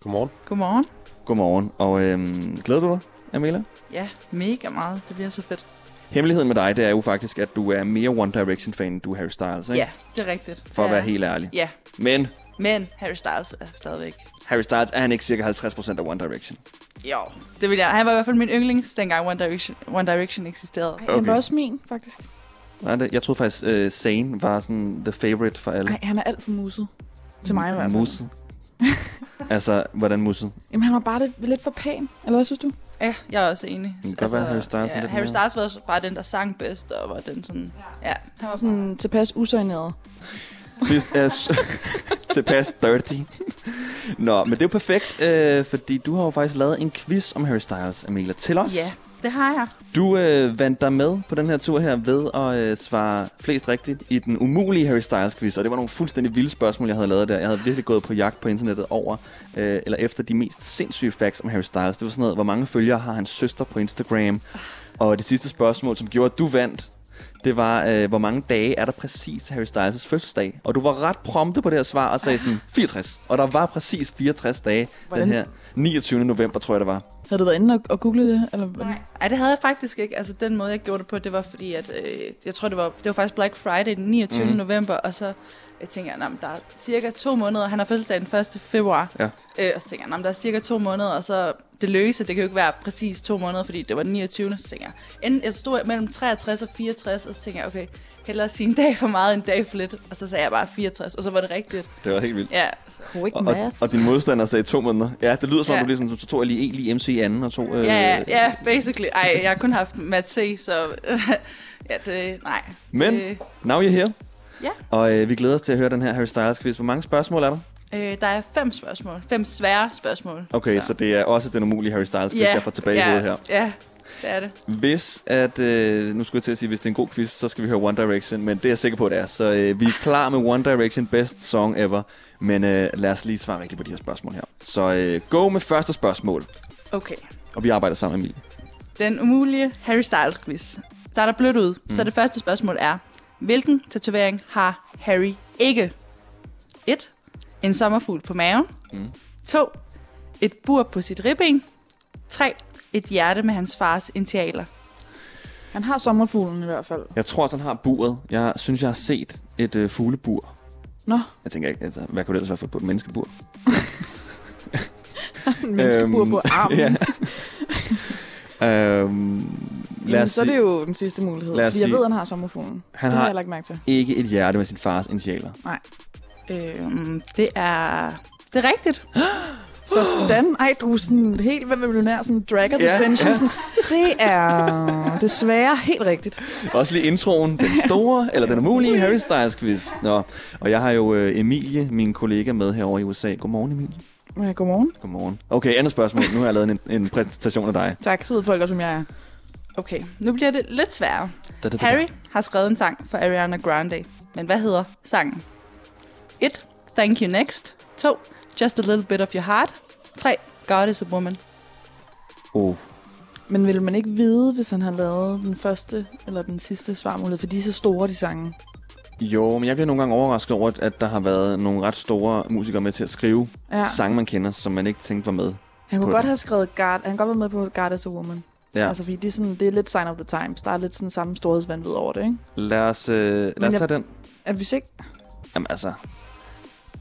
C: Godmorgen.
O: Godmorgen.
C: Godmorgen. Og øhm, glæder du dig, Amela?
O: Ja, mega meget. Det bliver så fedt.
C: Hemmeligheden med dig, det er jo faktisk, at du er mere One Direction-fan, end du er Harry Styles, ikke?
O: Ja, det er rigtigt.
C: For at
O: Ja.
C: være helt ærlig.
O: Ja,
C: Men
O: men Harry Styles er stadigvæk...
C: Harry Styles, er han ikke cirka 50% af One Direction?
O: Jo, det vil jeg. Han var i hvert fald min yndlings, dengang One Direction, One Direction eksisterede.
C: han Okay. var
D: Også min, faktisk.
C: Nej, det- Jeg troede faktisk, uh, Zane var sådan the favorite for alle.
D: Nej, han er alt for muset. Til mig i hvert fald.
C: Musset. altså, hvordan musset?
D: Jamen, han var bare lidt, lidt for pæn, eller hvad synes du?
O: Ja, jeg er også enig. Altså,
C: kan godt være, Harry Styles er
O: ja,
C: lidt
O: Harry
C: mere-
O: Styles var også bare den, der sang bedst, og var den sådan... Ja, han var sådan...
D: Sådan tilpas usøgneret.
C: Hvis er s- tilpas dirty. Nå, men det er jo perfekt, øh, fordi du har jo faktisk lavet en quiz om Harry Styles, Amelia, til os.
O: Ja, det har jeg.
C: Du øh, vandt dig med på den her tur her ved at øh, svare flest rigtigt i den umulige Harry Styles quiz, og det var nogle fuldstændig vilde spørgsmål, jeg havde lavet der. Jeg havde virkelig gået på jagt på internettet over, øh, eller efter de mest sindssyge facts om Harry Styles. Det var sådan noget, hvor mange følgere har hans søster på Instagram? Og det sidste spørgsmål, som gjorde, at du vandt, det var, øh, hvor mange dage er der præcis til Harry Styles' fødselsdag? Og du var ret prompte på det her svar og sagde
O: Ah.
C: sådan 64. Og der var præcis 64 dage
D: Hvordan?
C: den her 29. november, tror jeg det var.
D: Havde du været inde og, og google det? Eller? Nej.
O: Ej, det havde jeg faktisk ikke. Altså, den måde, jeg gjorde det på, det var fordi, at øh, jeg tror, det var, det var faktisk Black Friday den 29.
C: Mhm.
O: Mm. november, og så jeg tænker jeg, "Nå, men der er cirka to måneder. Han har fødselsdag den 1. februar.
C: Ja.
O: Øh, og så tænker jeg, "Nå, men der er cirka to måneder, og så det løse, det kan jo ikke være præcis to måneder, fordi det var den 29. Så tænker jeg, enten, jeg stod mellem 63 og 64, og så tænker jeg, okay, hellere sige en dag for meget, en dag for lidt. Og så sagde jeg bare 64, og så var det rigtigt.
C: Det var helt vildt.
O: Ja. Så.
C: Og, og, og din modstander sagde to måneder. Ja, det lyder som om,
O: Ja.
C: du ligesom, så tog jeg lige E, lige MC i anden og to... Øh,
O: Ja, ja, ja, basically. Ej, jeg har kun haft Matt C, så... ja, det... Nej.
C: Men,
O: Øh,
C: now you're here.
O: Ja.
C: Og øh, vi glæder os til at høre den her Harry Styles quiz. Hvor mange spørgsmål er der?
O: Øh, der er fem spørgsmål. Fem svære spørgsmål.
C: Okay, så, så det er også den umulige Harry Styles quiz, jeg får tilbage i
O: ja,
C: hovedet her.
O: Ja, det er det.
C: Hvis at, øh, nu skulle jeg til at sige, hvis det er en god quiz, så skal vi høre One Direction, men det er jeg sikker på, at det er. Så øh, vi er klar med One Direction, best song ever. Men øh, lad os lige svare rigtigt på de her spørgsmål her. Så øh, gå med første spørgsmål,
O: Okay.
C: og vi arbejder sammen med Emilie.
O: Den umulige Harry Styles quiz. Der er der blødt ud, mm. så
C: Mm.
O: det første spørgsmål er, hvilken tatovering har Harry ikke? 1. En sommerfugl på maven.
C: Mm.
O: 2. Et bur på sit ribben. 3. Et hjerte med hans fars initialer.
D: Han har sommerfuglen i hvert fald.
C: Jeg tror, at han har buret. Jeg synes, jeg har set et øh, fuglebur.
D: Nå.
C: Jeg tænker ikke, altså, hvad kunne det ellers være for et bur? Et menneskebur?
D: En menneskebur på armen.
C: ja. øhm, lad
D: Jamen,
C: os
D: så er
C: sige-
D: det jo den sidste mulighed.
C: lad os
D: Fordi jeg
C: sige-
D: ved, han har sommerfuglen.
C: Han
D: det
C: har
D: jeg lagt mærke til.
C: ikke et hjerte med sin fars initialer.
D: Nej.
O: Øhm, det er... Det er rigtigt.
D: Sådan. Ej, du er sådan helt, hvad vil du nær? Sådan dragger
C: Ja,
D: ja, detention.
C: ja.
D: Ja. Sådan, det er desværre helt rigtigt.
C: Også lige introen, den store, eller den umulige Harry Styles quiz. Nå, og jeg har jo øh, Emilie, min kollega, med herover i USA. Godmorgen, Emilie.
D: Ja, godmorgen.
C: Godmorgen. Okay, andet spørgsmål. Nu har jeg lavet en, en præsentation af dig.
D: Tak, så ved folk også, som jeg er.
O: Okay, nu bliver det lidt sværere.
C: Da, da, da, da.
O: Harry har skrevet en sang for Ariana Grande, men hvad hedder sangen? 1. Thank You Next. 2. Just a Little Bit of Your Heart. 3. God is a Woman.
C: Oh.
D: Men ville man ikke vide, hvis han havde lavet den første eller den sidste svarmulighed? For de er så store, de sange.
C: Jo, men jeg bliver nogle gange overrasket over, at- at der har været nogle ret store musikere med til at skrive
D: Ja.
C: ja. sange, man kender, som man ikke tænkte var med.
D: Han
C: på
D: kunne godt
C: den.
D: have skrevet Guard, han kunne godt være med på God as a Woman.
C: Ja.
D: Altså, fordi det er, sådan, det er lidt sign of the times. Der er lidt sådan samme storhedsvandvid over det, ikke?
C: Lad os, øh, lad os tage den.
D: At hvis ikke...
C: Jamen altså,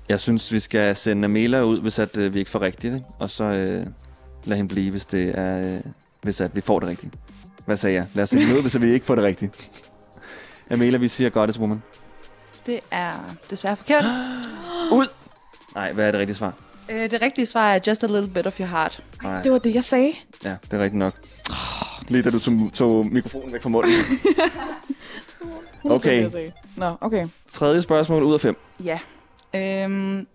C: jeg synes, vi skal sende Amela ud, hvis at, øh, vi ikke får rigtigt, ikke? og så øh, lad hende blive, hvis, det er, øh, hvis at vi får det rigtigt. Hvad sagde jeg? Lad os sende hende ud, hvis at vi ikke får det rigtigt. Amela, vi siger God as woman.
O: Det er desværre forkert.
C: Ud! Nej, hvad er det rigtige svar?
O: Øh, det rigtige svar er Just a Little Bit of Your Heart.
C: Nej.
D: Det var det, jeg sagde.
C: Ja, det er rigtigt nok. Lige da du tog, tog mikrofonen væk fra munden. Okay.
O: Nå, okay.
C: Tredje spørgsmål ud af fem.
O: Ja. Øhm,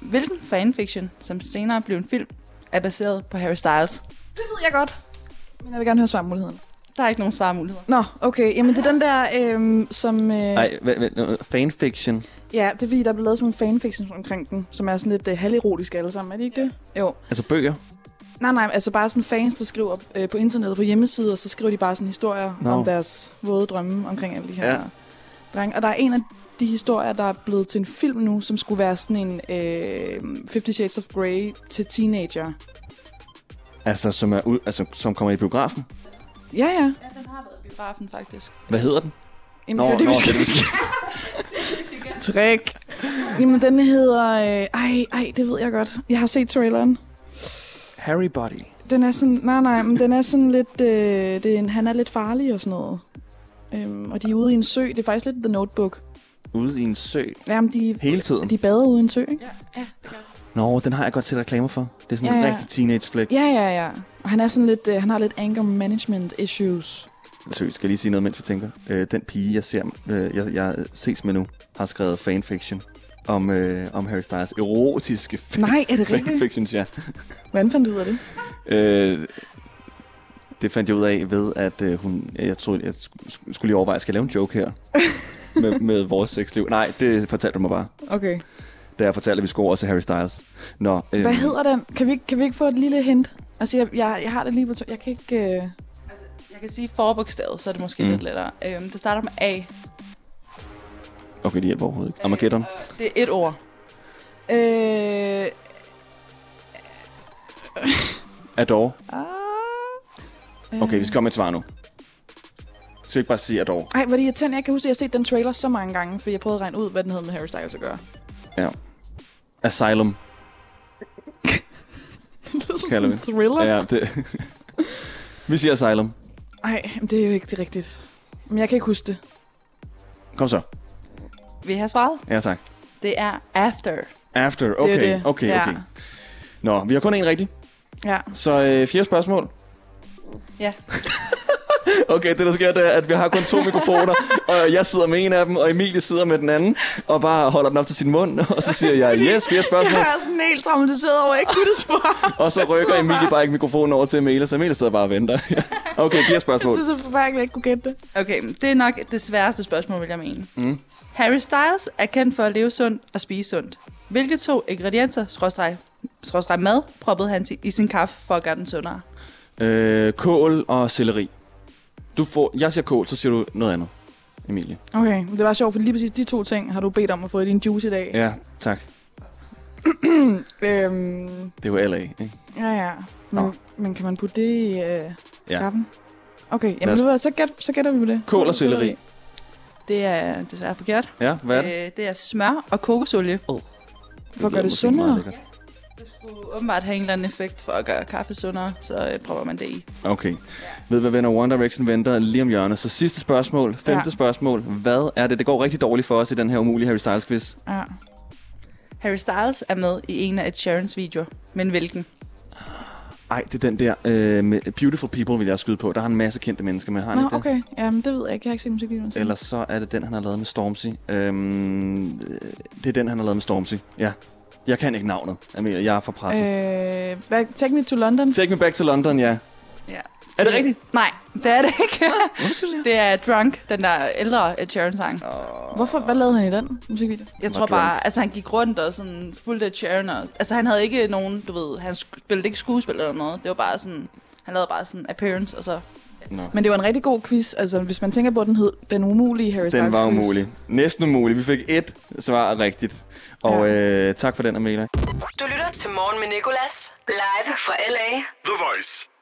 O: hvilken fanfiction, som senere blev en film, er baseret på Harry Styles? Det ved jeg godt.
D: Men jeg vil gerne høre svarmuligheden.
O: Der er ikke nogen svarmuligheder.
D: Nå, okay. Jamen, det er den der, øhm, som... Øh,
C: Nej, fanfiction.
D: Ja, det er fordi, der blev lavet sådan nogle fanfictions omkring den, som er sådan lidt øh, halverotiske alle sammen. Er det ikke det? Jo.
C: Altså bøger.
D: Nej, nej, altså bare sådan fans, der skriver øh, på internettet på hjemmesider, så skriver de bare sådan historier
C: Nå.
D: no. om deres våde drømme omkring alle de her
C: Ja.
D: ja. drenge. Og der er en af de historier, der er blevet til en film nu, som skulle være sådan en øh, Fifty Shades of Grey til teenager.
C: Altså, som, er ud, altså, som kommer i biografen.
D: Ja, ja.
O: Ja, den har været i biografen, faktisk.
C: Hvad hedder den?
D: Jamen, det er det, vi skal- Træk. Jamen, den hedder... Øh, ej, ej, det ved jeg godt. Jeg har set traileren.
C: Harry Body.
D: Den er sådan... Nej, nej, men den er sådan lidt... Øh, det er en, han er lidt farlig og sådan noget. Øhm, og de er ude i en sø. Det er faktisk lidt The Notebook.
C: Ude i en sø.
D: Jamen, de,
C: Hele tiden.
D: de bader ude i en sø, ikke?
C: Nå, den har jeg godt set reklamer for. Det er sådan
D: Ja,
C: en
D: ja.
C: rigtig teenage flick.
D: Ja, ja, ja. Og han er sådan lidt... Øh, han har lidt anger management issues.
C: Så skal jeg lige sige noget, mens vi tænker. Øh, den pige, jeg, ser, øh, jeg, jeg ses med nu, har skrevet fanfiction om, øh, om Harry Styles. Erotiske fa-
D: Nej, er det rigtigt?
C: fanfictions, ja.
D: Hvordan fandt du ud af det?
C: Øh, det fandt jeg ud af ved, at øh, hun... Jeg troede, jeg skulle, skulle lige overveje, skal jeg lave en joke her? med, med vores sexliv. Nej, det fortalte du mig bare.
D: Okay.
C: Da jeg fortalte, at vi skulle over til Harry Styles. Nå, øh,
D: Hvad hedder den? Kan vi, ikke- kan vi ikke få et lille hint? Altså, jeg, jeg, jeg har det lige på... To- jeg kan ikke... Øh...
O: Altså, Jeg kan sige forbogstavet, så er det måske
C: Mm.
O: mm. lidt lettere. Øhm, det starter med A.
C: Okay, det hjælper overhovedet ikke. Armageddon.
O: Det er et ord.
D: Øh...
C: Adore.
D: øh.
C: Okay, vi skal komme med et svar nu. Skal vi ikke bare sige Adore?
D: Øh, Ej, hvor er det irriterende. Jeg kan huske, at jeg har set den trailer så mange gange, for jeg prøvede at regne ud, hvad den havde med Harry Styles at gøre.
C: Ja. Asylum.
D: det lyder som
C: kalder
D: sådan en thriller.
C: Ja, det. vi siger Asylum.
D: Ej, men det er jo ikke det rigtigt. Men jeg kan ikke huske det.
C: Kom så.
O: Vil I have svaret?
C: Ja, tak.
O: Det er after.
C: After.
O: er
C: Okay,
O: det.
C: okay,
O: Ja.
C: okay. Nå, vi har kun en rigtig.
D: Ja.
C: Så øh, fjerde spørgsmål.
O: Ja.
C: Okay, det der sker, det er, at vi har kun to mikrofoner, og jeg sidder med en af dem, og Emilie sidder med den anden, og bare holder den op til sin mund, og så siger jeg, yes, fire spørgsmål.
D: Jeg er sådan helt traumatiseret over, at jeg ikke kunne det svare.
C: Og så rykker Emilie bare ikke mikrofonen over til Emilie, så Emilie sidder bare og venter. Okay, fire spørgsmål.
O: så forfærdeligt, jeg ikke kunne gætte det. Okay, men det er nok det sværeste spørgsmål, vil jeg mene.
C: Mm.
O: Harry Styles er kendt for at leve sundt og spise sundt. Hvilke to ingredienser, skråstreg, skråstreg mad, proppede han i- i sin kaffe for at gøre den sundere?
C: Øh, kål og selleri. Du får, jeg siger kål, så siger du noget andet, Emilie.
D: Okay, men det var sjovt, for lige præcis de to ting har du bedt om at få i din juice i dag.
C: Ja, tak.
D: øhm,
C: Det er jo LA, ikke?
D: ja, ja. Men, men kan man putte det i øh,
C: Ja.
D: kaffen? Okay,
C: Lad
D: jamen,
C: os-
D: ved du hvad, så, gæt, så gætter vi på det.
C: Kål og selleri.
O: Det er desværre forkert.
C: Ja, hvad er det?
O: Øh, det er smør og kokosolie.
C: Oh.
O: For at
C: lyder
O: gøre det
C: måske ikke meget
O: sundere? skulle åbenbart have en eller anden effekt for at gøre kaffe sundere, så øh, prøver man det i.
C: lækkert. Okay. Ved hvad venner One Direction venter lige om hjørnet. Så sidste spørgsmål, femte
O: Ja.
C: spørgsmål. Hvad er det? Det går rigtig dårligt for os i den her umulige Harry Styles quiz.
O: Ja. Harry Styles er med i en af Ed Sheerans videoer, men hvilken?
C: Ej, det er den der øh, med Beautiful People, vil jeg skyde på. Der har en masse kendte mennesker med, har han
D: Nå,
C: ikke det?
D: okay. Jamen, det ved jeg ikke. Jeg har ikke set musikvideoen.
C: Ellers så er det den, han har lavet med Stormzy. Øhm, øh, det er den, han har lavet med Stormzy. Ja. Jeg kan ikke navnet. Jeg, mener, jeg er for presset. Øh.
D: Øh, hvad, Take me to London.
C: Take me back to London, ja.
O: Ja.
C: Er det rigtigt?
O: Nej, det er det ikke. det er Drunk, den der ældre Ed Sheeran-sang. Oh.
D: Hvorfor, hvad lavede han i den musikvideo?
O: Jeg tror bare, altså han gik rundt og sådan fulgte Ed Sheeran. Og, altså han havde ikke nogen, du ved, han sk- spillede ikke skuespil eller noget. Det var bare sådan, han lavede bare sådan appearance og så.
C: Nå.
D: Men det var en rigtig god quiz. Altså, hvis man tænker på, at den hed Den Umulige Harry Styles
C: Den var
D: quiz.
C: umulig. Næsten umulig. Vi fik ét svar rigtigt. Og øh, tak for den, Amelia.
A: Du lytter til Morgen med Nicolas, live fra LA.
F: The Voice.